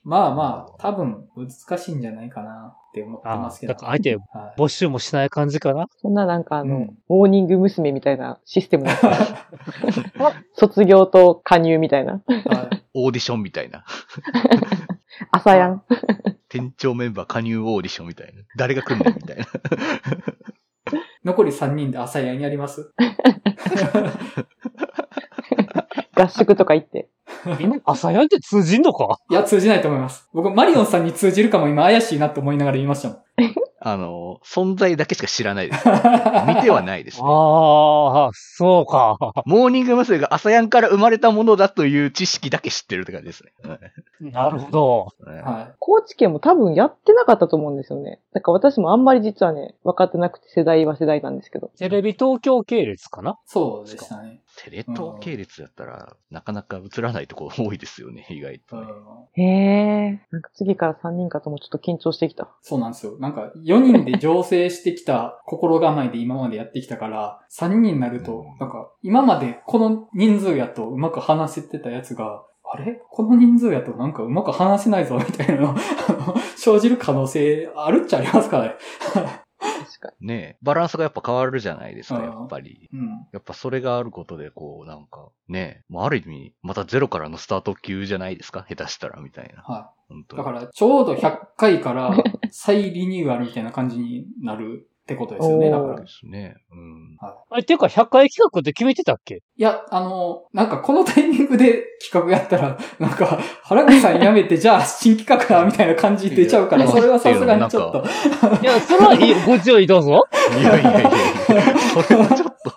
A: まあまあ、多分難しいんじゃないかなって思ってま
B: あ
A: すけ
B: あ、
A: ど。
B: だから相手
A: はい
B: 募集もしない感じかな
C: そんななんかあの、
A: うん
C: モーニング娘。みたいなシステムだった ら卒業と加入みたいな。
A: はい
D: オーディションみたいな。
C: 朝やん。
D: 店長メンバー加入オーディションみたいな。誰が来んねんみたい な。
A: 残り3人で朝やんやります
C: 合宿とか行って。
B: みんな朝やんって通じんのか
A: いや、通じないと思います。僕、マリオンさんに通じるかも今怪しいなと思いながら言いましたもん。
D: あの、存在だけしか知らない です。見
A: 見
D: てはないです、ね。
B: ああ、そうか。
D: モーニング娘。が朝やんから生まれたものだという知識だけ知ってるって感じですね。
B: なるほど。
D: ね
A: は。
C: 高知県も多分やってなかったと思うんですよね。だから私もあんまり実はね、分かってなくて世代は世代なんですけど。
B: テレビ東京系列かない
A: そうでしたね。
D: テレ東系列だったら、なかなか映らないとこ多いですよね、意外
A: う
D: とね。
A: ん
C: へえ。なんか次から3人かともちょっと緊張してきた。
A: そうなんですよ。なんか、4人で醸成してきた心構えで今までやってきたから、3人になると、なんか、今までこの人数やとうまく話せてたやつが、あれこの人数やとなんかうまく話せないぞ、みたいなの、あの 生じる可能性あるっちゃありますからね。
C: 確かに。
D: ねえバランスがやっぱ変わるじゃないですか、
A: うん
D: やっぱり。
A: うん。
D: やっぱそれがあることで、こう、なんか、ねえ、まあ、ある意味、またゼロからのスタート級じゃないですか、下手したら、みたいな。
A: は
D: 本当
A: い。
D: に
A: だから、ちょうど100回から再リニューアルみたいな感じになるってことですよね、だか
C: お
A: ら
C: ー
D: そう。ですね。うん。
B: あれ、ていうか100回企画って決めてたっけ
A: いや、あの、なんかこのタイミングで企画やったら、なんか、原口さんやめて、じゃあ新企画だ、みたいな感じ出ちゃうから、
D: いや
A: それはさすがにちょっと。
B: いや、それはい いよ。ご注意どうぞ。
D: いやいやいや いや、それはちょっと。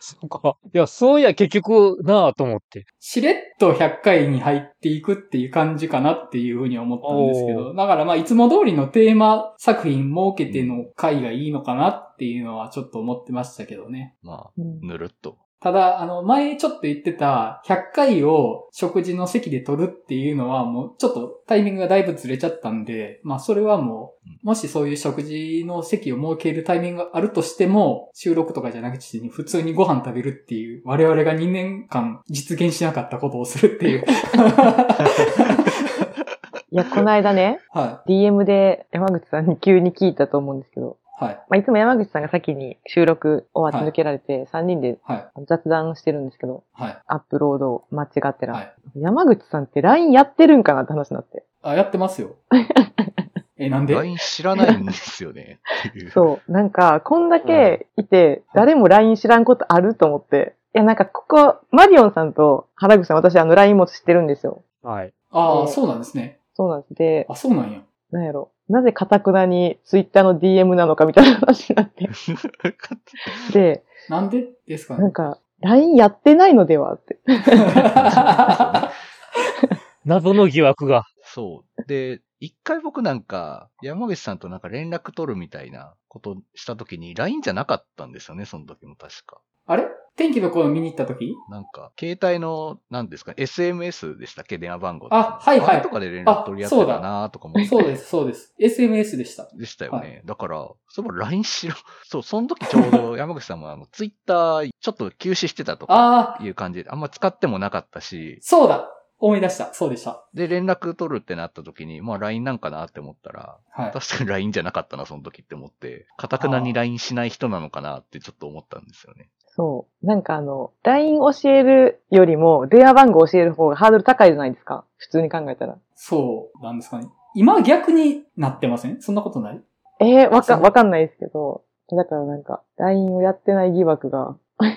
B: そうか。いや、そういや、結局、なぁと思って。
A: しれっと100回に入っていくっていう感じかなっていうふうに思ったんですけど、だからまあ、いつも通りのテーマ作品設けての回がいいのかなっていうのはちょっと思ってましたけどね。
D: まあ、
C: うん
D: ぬるっと。
A: ただ、あの、前ちょっと言ってた、100回を食事の席で撮るっていうのは、もうちょっとタイミングがだいぶずれちゃったんで、まあそれはもう、もしそういう食事の席を設けるタイミングがあるとしても、収録とかじゃなくて、普通にご飯食べるっていう、我々が2年間実現しなかったことをするって いう。
C: いや、この間ね、
A: は
C: DM で山口さんに急に聞いたと思うんですけど、
A: い。はい。
C: まあ、いつも山口さんが先に収録終わっ
A: は
C: て
A: い
C: 抜けられて、3人で
A: はい。
C: 雑談してるんですけど、
A: はい。
C: アップロードを間違ってら、
A: はい。
C: 山口さんって LINE やってるんかなって話になって。
A: あ、やってますよ。え、なんで
D: LINE 知らないんですよね。っていう
C: そう。なんか、こんだけいて、誰も LINE 知らんことあると思って。いや、なんか、ここ、マリオンさんと原口さん、私、あの、LINE も知ってるんですよ。
B: はい。
A: あ
C: う
A: あ、
C: ん
A: そうなんですね。
C: そうなんです。で、
A: あ、そうなんや。
C: なんやろ。なぜかたくなに Twitter の DM なのかみたいな話になって。で、
A: なんでですか
C: な
A: ね
C: ん。か、LINE やってないのではって。
B: 謎の疑惑が。
D: そう。で、一回僕なんか、山口さんとなんか連絡取るみたいなことしたときに、LINE じゃなかったんですよね、その時も確か。
A: あれ天気の子を見に行った時
D: なんか、携帯の、なんですか、SMS でしたっけ電話番号
A: あはいはい
D: あれとかで連絡取り合ってたなとか思って。
A: そうです、そうです。SMS でした。
D: でしたよね。だから、その LINE しろ。そう、その時ちょうど 山口さんもあの、ツイッターちょっと休止してたとか
A: ああ、
D: いう感じで、あんま使ってもなかったし、
A: そうだ思い出した。そうでした。
D: で、連絡取るってなった時に、まあ LINE なんかなって思ったら、
A: はい。
D: 確かに LINE じゃなかったな、その時って思って、かたくなに LINE しない人なのかなってちょっと思ったんですよ ね。
C: そう。なんかあの、LINE 教えるよりも、電話番号教える方がハードル高いじゃないですか。普通に考えたら。
A: そうなんですかね。今逆になってませんそんなことない
C: ええわか、
A: そう
C: わかんないですけど。だからなんか、LINE をやってない疑惑が、
A: ああ。 い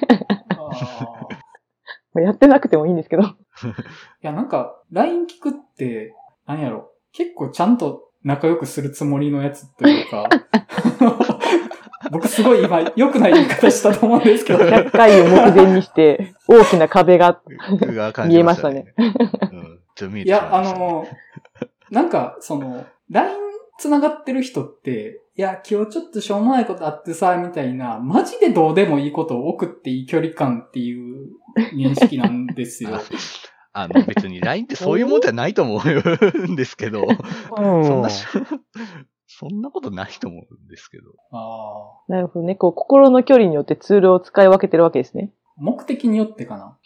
C: まあやってなくてもいいんですけど。
A: や、なんか、LINE 聞くって、なんやろ。結構ちゃんと仲良くするつもりのやつというか、僕すごい今、良くない言い方したと思うんですけど、
C: 100回を目前にして、大きな壁が、
D: うわ感
C: 見
D: じ
C: えましたね。
D: うん。ちょっと見え
A: い
D: てしま
A: や、
D: ま
A: あ
D: したね
A: の、なんか、その、LINE 繋がってる人って、いや、今日ちょっとしょうもないことあってさ、みたいな、マジでどうでもいいことを送っていい距離感っていう認識なんですよ。
D: あの、別に LINE ってそういうもんじゃないと思うんですけど、
B: う
D: そんなし、そんなことないと思うんですけど。
A: あー
C: なるほどね。こう、心の距離によってツールを使い分けてるわけですね。
A: 目的によってか な。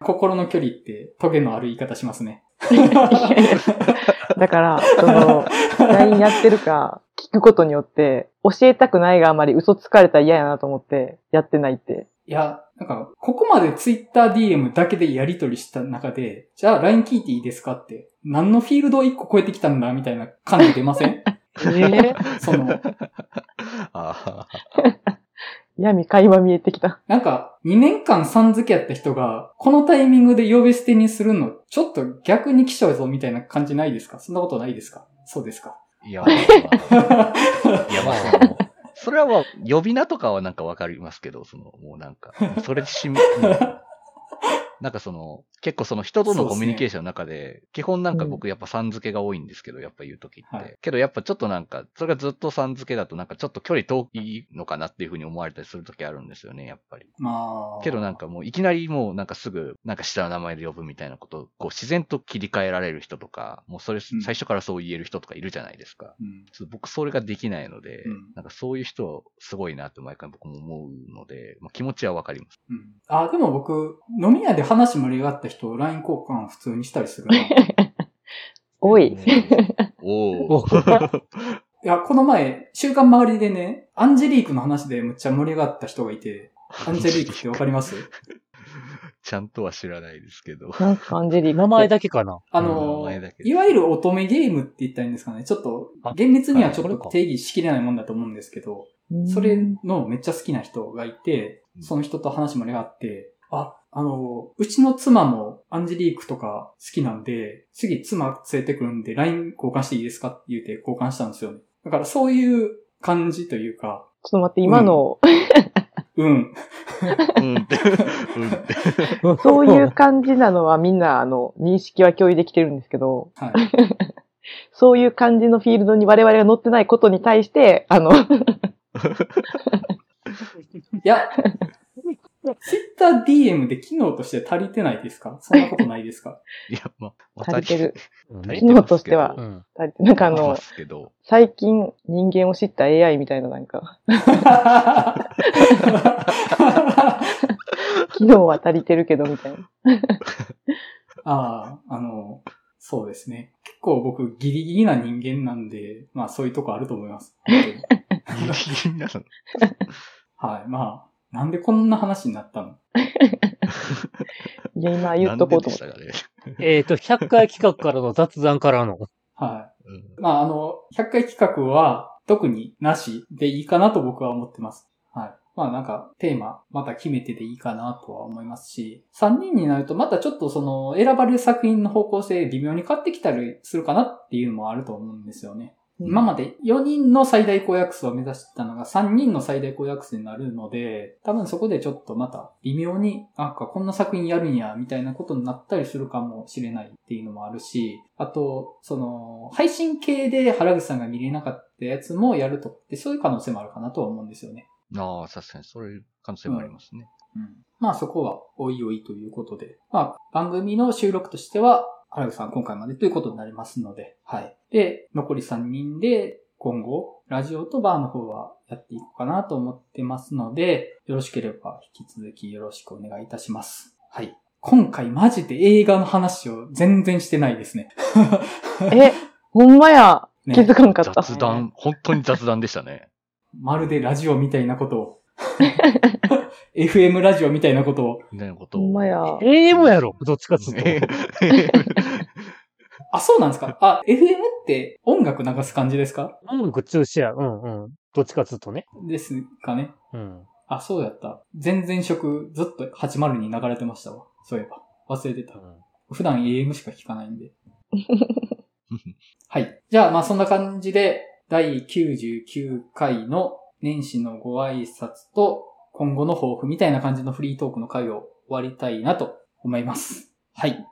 A: 心の距離って、トゲのある言い方します ね。
C: だから、その、LINE やってるか、聞くことによって、教えたくないがあまり嘘つかれたら嫌やなと思って、やってないって。
A: いや、なんか、ここまで TwitterDM だけでやり取りした中で、じゃあ LINE 聞いていいですかって、何のフィールドを1個超えてきたんだみたいな感じ出ません
B: え
A: その、
D: ああ、
C: 闇会話見えてきた。
A: なんか、2年間さん付けやった人が、このタイミングで呼び捨てにするの、ちょっと逆に来ちゃうぞみたいな感じないですかそんなことないですかそうですか
D: いや、まあ
A: はい
D: や、まあ、その、それはもう、呼び名とかはなんかわかりますけど、その、もうなんか、それでしみ、うんなんかその、結構その人と
A: そう
D: の
A: ですね
D: コミュニケーションの中で、基本なんか
C: うん
D: 僕やっぱさん付けが多いんですけど、やっぱ言うときって。
A: はい
D: けどやっぱちょっとなんか、それがずっとさん付けだとなんかちょっと距離遠いのかなっていうふうに思われたりするときあるんですよね、やっぱり。
A: まあ。
D: けどなんかもういきなりもうなんかすぐなんか下の名前で呼ぶみたいなことをこう自然と切り替えられる人とか、もうそれ
A: うん
D: 最初からそう言える人とかいるじゃないですか。
A: うん。
D: ちょっと僕それができないので、
A: うん
D: なんかそういう人すごいなって毎回僕も思うので、まあ、気持ちはわかります。
A: うん。あ、でも僕、飲み屋で話盛り上がった人、LINE 交換普通にしたり するな。い
C: 多い。
D: お
B: お
D: お。
A: や、この前、週刊周りでね、アンジェリークの話でむっちゃ盛り上がった人がいて、アンジェリークってわかり ます
D: ちゃんとは知らないですけど。
C: なんかアンジェリーク。
B: 名前だけか な。
A: あ
D: 名
A: の
D: 前だけ、
A: いわゆる乙女ゲームって言ったらいいんですかね。ちょっと、
B: あ
A: 厳密にはちょ
B: はい
A: っ
B: これ
A: と
B: か
A: 定義しきれないもんだと思うんですけど、
C: うん
A: それのめっちゃ好きな人がいて
D: う、ん
A: その人と話盛り上がって、あ、あの、うちの妻もアンジェリークとか好きなんで、次妻連れてくるんで LINE 交換していいですかって言って交換したんですよね。だからそういう感じというか、
C: ちょっと待って、今の、
A: うん。
D: うんって。 うんって。
C: そういう感じなのはみんな、あの、認識は共有できてるんですけど、
A: はい。
C: そういう感じのフィールドに我々が乗ってないことに対して、あの、
A: いや、TwitterDM で機能として足りてないですかそんなことないですか
D: いや、まあ、
C: 足りてる。
B: うん
D: 足り
B: ね
C: 機
D: てますけど
C: 能としては
B: うん。
C: なんかあ
D: 足りてま
C: の、
D: すけ ど。
C: 最近人間を知った AI みたいななんか、機能は足りてるけどみたいな。
A: ああ、あの、そうですね。結構僕ギリギリな人間なんで、まあそういうとこあると思います。本当に
D: 人間なの
A: はい。まあ、なんでこんな話になったの
C: いや、今言っとこうと思っ
D: な
C: て。
D: んででし
B: えっと、100回企画からの雑談からの。
A: は
D: たかね。
A: い。まああの、100回企画は特になしでいいかなと僕は思ってます。はい。まあなんかテーマまた決めてでいいかなとは思いますし、3人になるとまたちょっとその選ばれる作品の方向性微妙に変わってきたりするかなっていうのもあると思うんですよね。
D: うん
A: 今まで4人の最大公約数を目指してたのが3人の最大公約数になるので、多分そこでちょっとまた微妙に、なんかこんな作品やるんや、みたいなことになったりするかもしれないっていうのもあるし、あと、その、配信系で原口さんが見れなかったやつもやるとかって、そういう可能性もあるかなとは思うんですよね。
D: ああ、確かに、そういう可能性もありますね。
A: うん。まあそこは、おいおいということで。まあ、番組の収録としては、原口さん今回までということになりますので、はい。で、残り3人で、今後、ラジオとバーの方はやっていこうかなと思ってますので、よろしければ引き続きよろしくお願いいたします。はい。今回マジで映画の話を全然してないですね。
C: え、ほんまや。
A: ね
C: 気づかんかった。
D: 雑談、本当に雑談でしたね。
A: まるでラジオみたいなことを。FM ラジオみたいなことを。
D: みたいなこと
C: ほん
D: を。
C: まや。
B: AM やろどっちかっつうと。
A: あ、そうなんですかあ、FM って音楽流す感じですか
B: 音楽中止や。うんうん。どっちかっつうとね。
A: ですかね。
B: うん。
A: あ、そうやった。全然色ずっと80に流れてましたわ。そういえば。忘れてた。普段 AM しか聞かないんで。はい。じゃあ、まあそんな感じで、第99回の年始のご挨拶と、今後の抱負みたいな感じのフリートークの回を終わりたいなと思います。はい。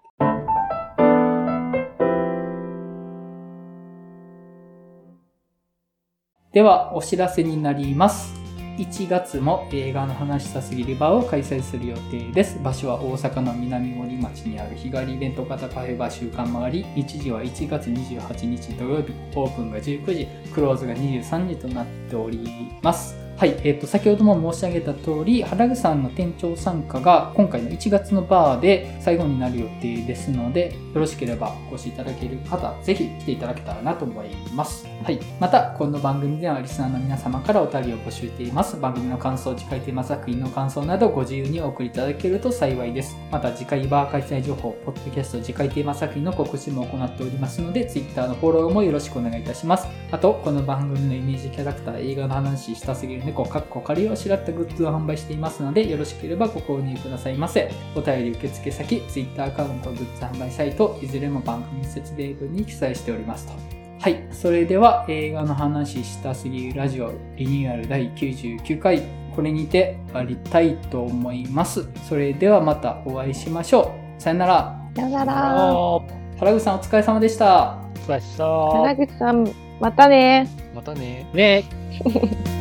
A: では、お知らせになります。1月も映画の話したすぎるバーを開催する予定です。場所は大阪の南森町にある日帰りイベント型カフェバー週間回り、日時は1月28日土曜日、オープンが19時、クローズが23時となっております。はい、えっ、と、先ほども申し上げた通り、原口さんの店長参加が今回の1月のバーで最後になる予定ですので、よろしければお越しいただける方、ぜひ来ていただけたらなと思います。はい、また、この番組ではリスナーの皆様からお便りを募集しています。番組の感想、次回テーマ作品の感想などご自由にお送りいただけると幸いです。また、次回バー開催情報、ポッドキャスト次回テーマ作品の告知も行っておりますので、Twitter のフォローもよろしくお願いいたします。あと、この番組のイメージキャラクター、映画の話、したすぎる猫、かっこ仮をあしらったグッズを販売していますので、よろしければご購入くださいませ。お便り受付先、Twitter アカウント、グッズ販売サイト、いずれも番組説明文に記載しておりますと。はい。それでは、映画の話したすぎるラジオリニューアル第99回、これにて終わりたいと思います。それではまたお会いしましょう。さよなら。
C: さよなら。
B: お
A: 原口さんお疲れ様でした。
B: 疲れ様でした
C: 原口さん、またね
D: またね。
B: ね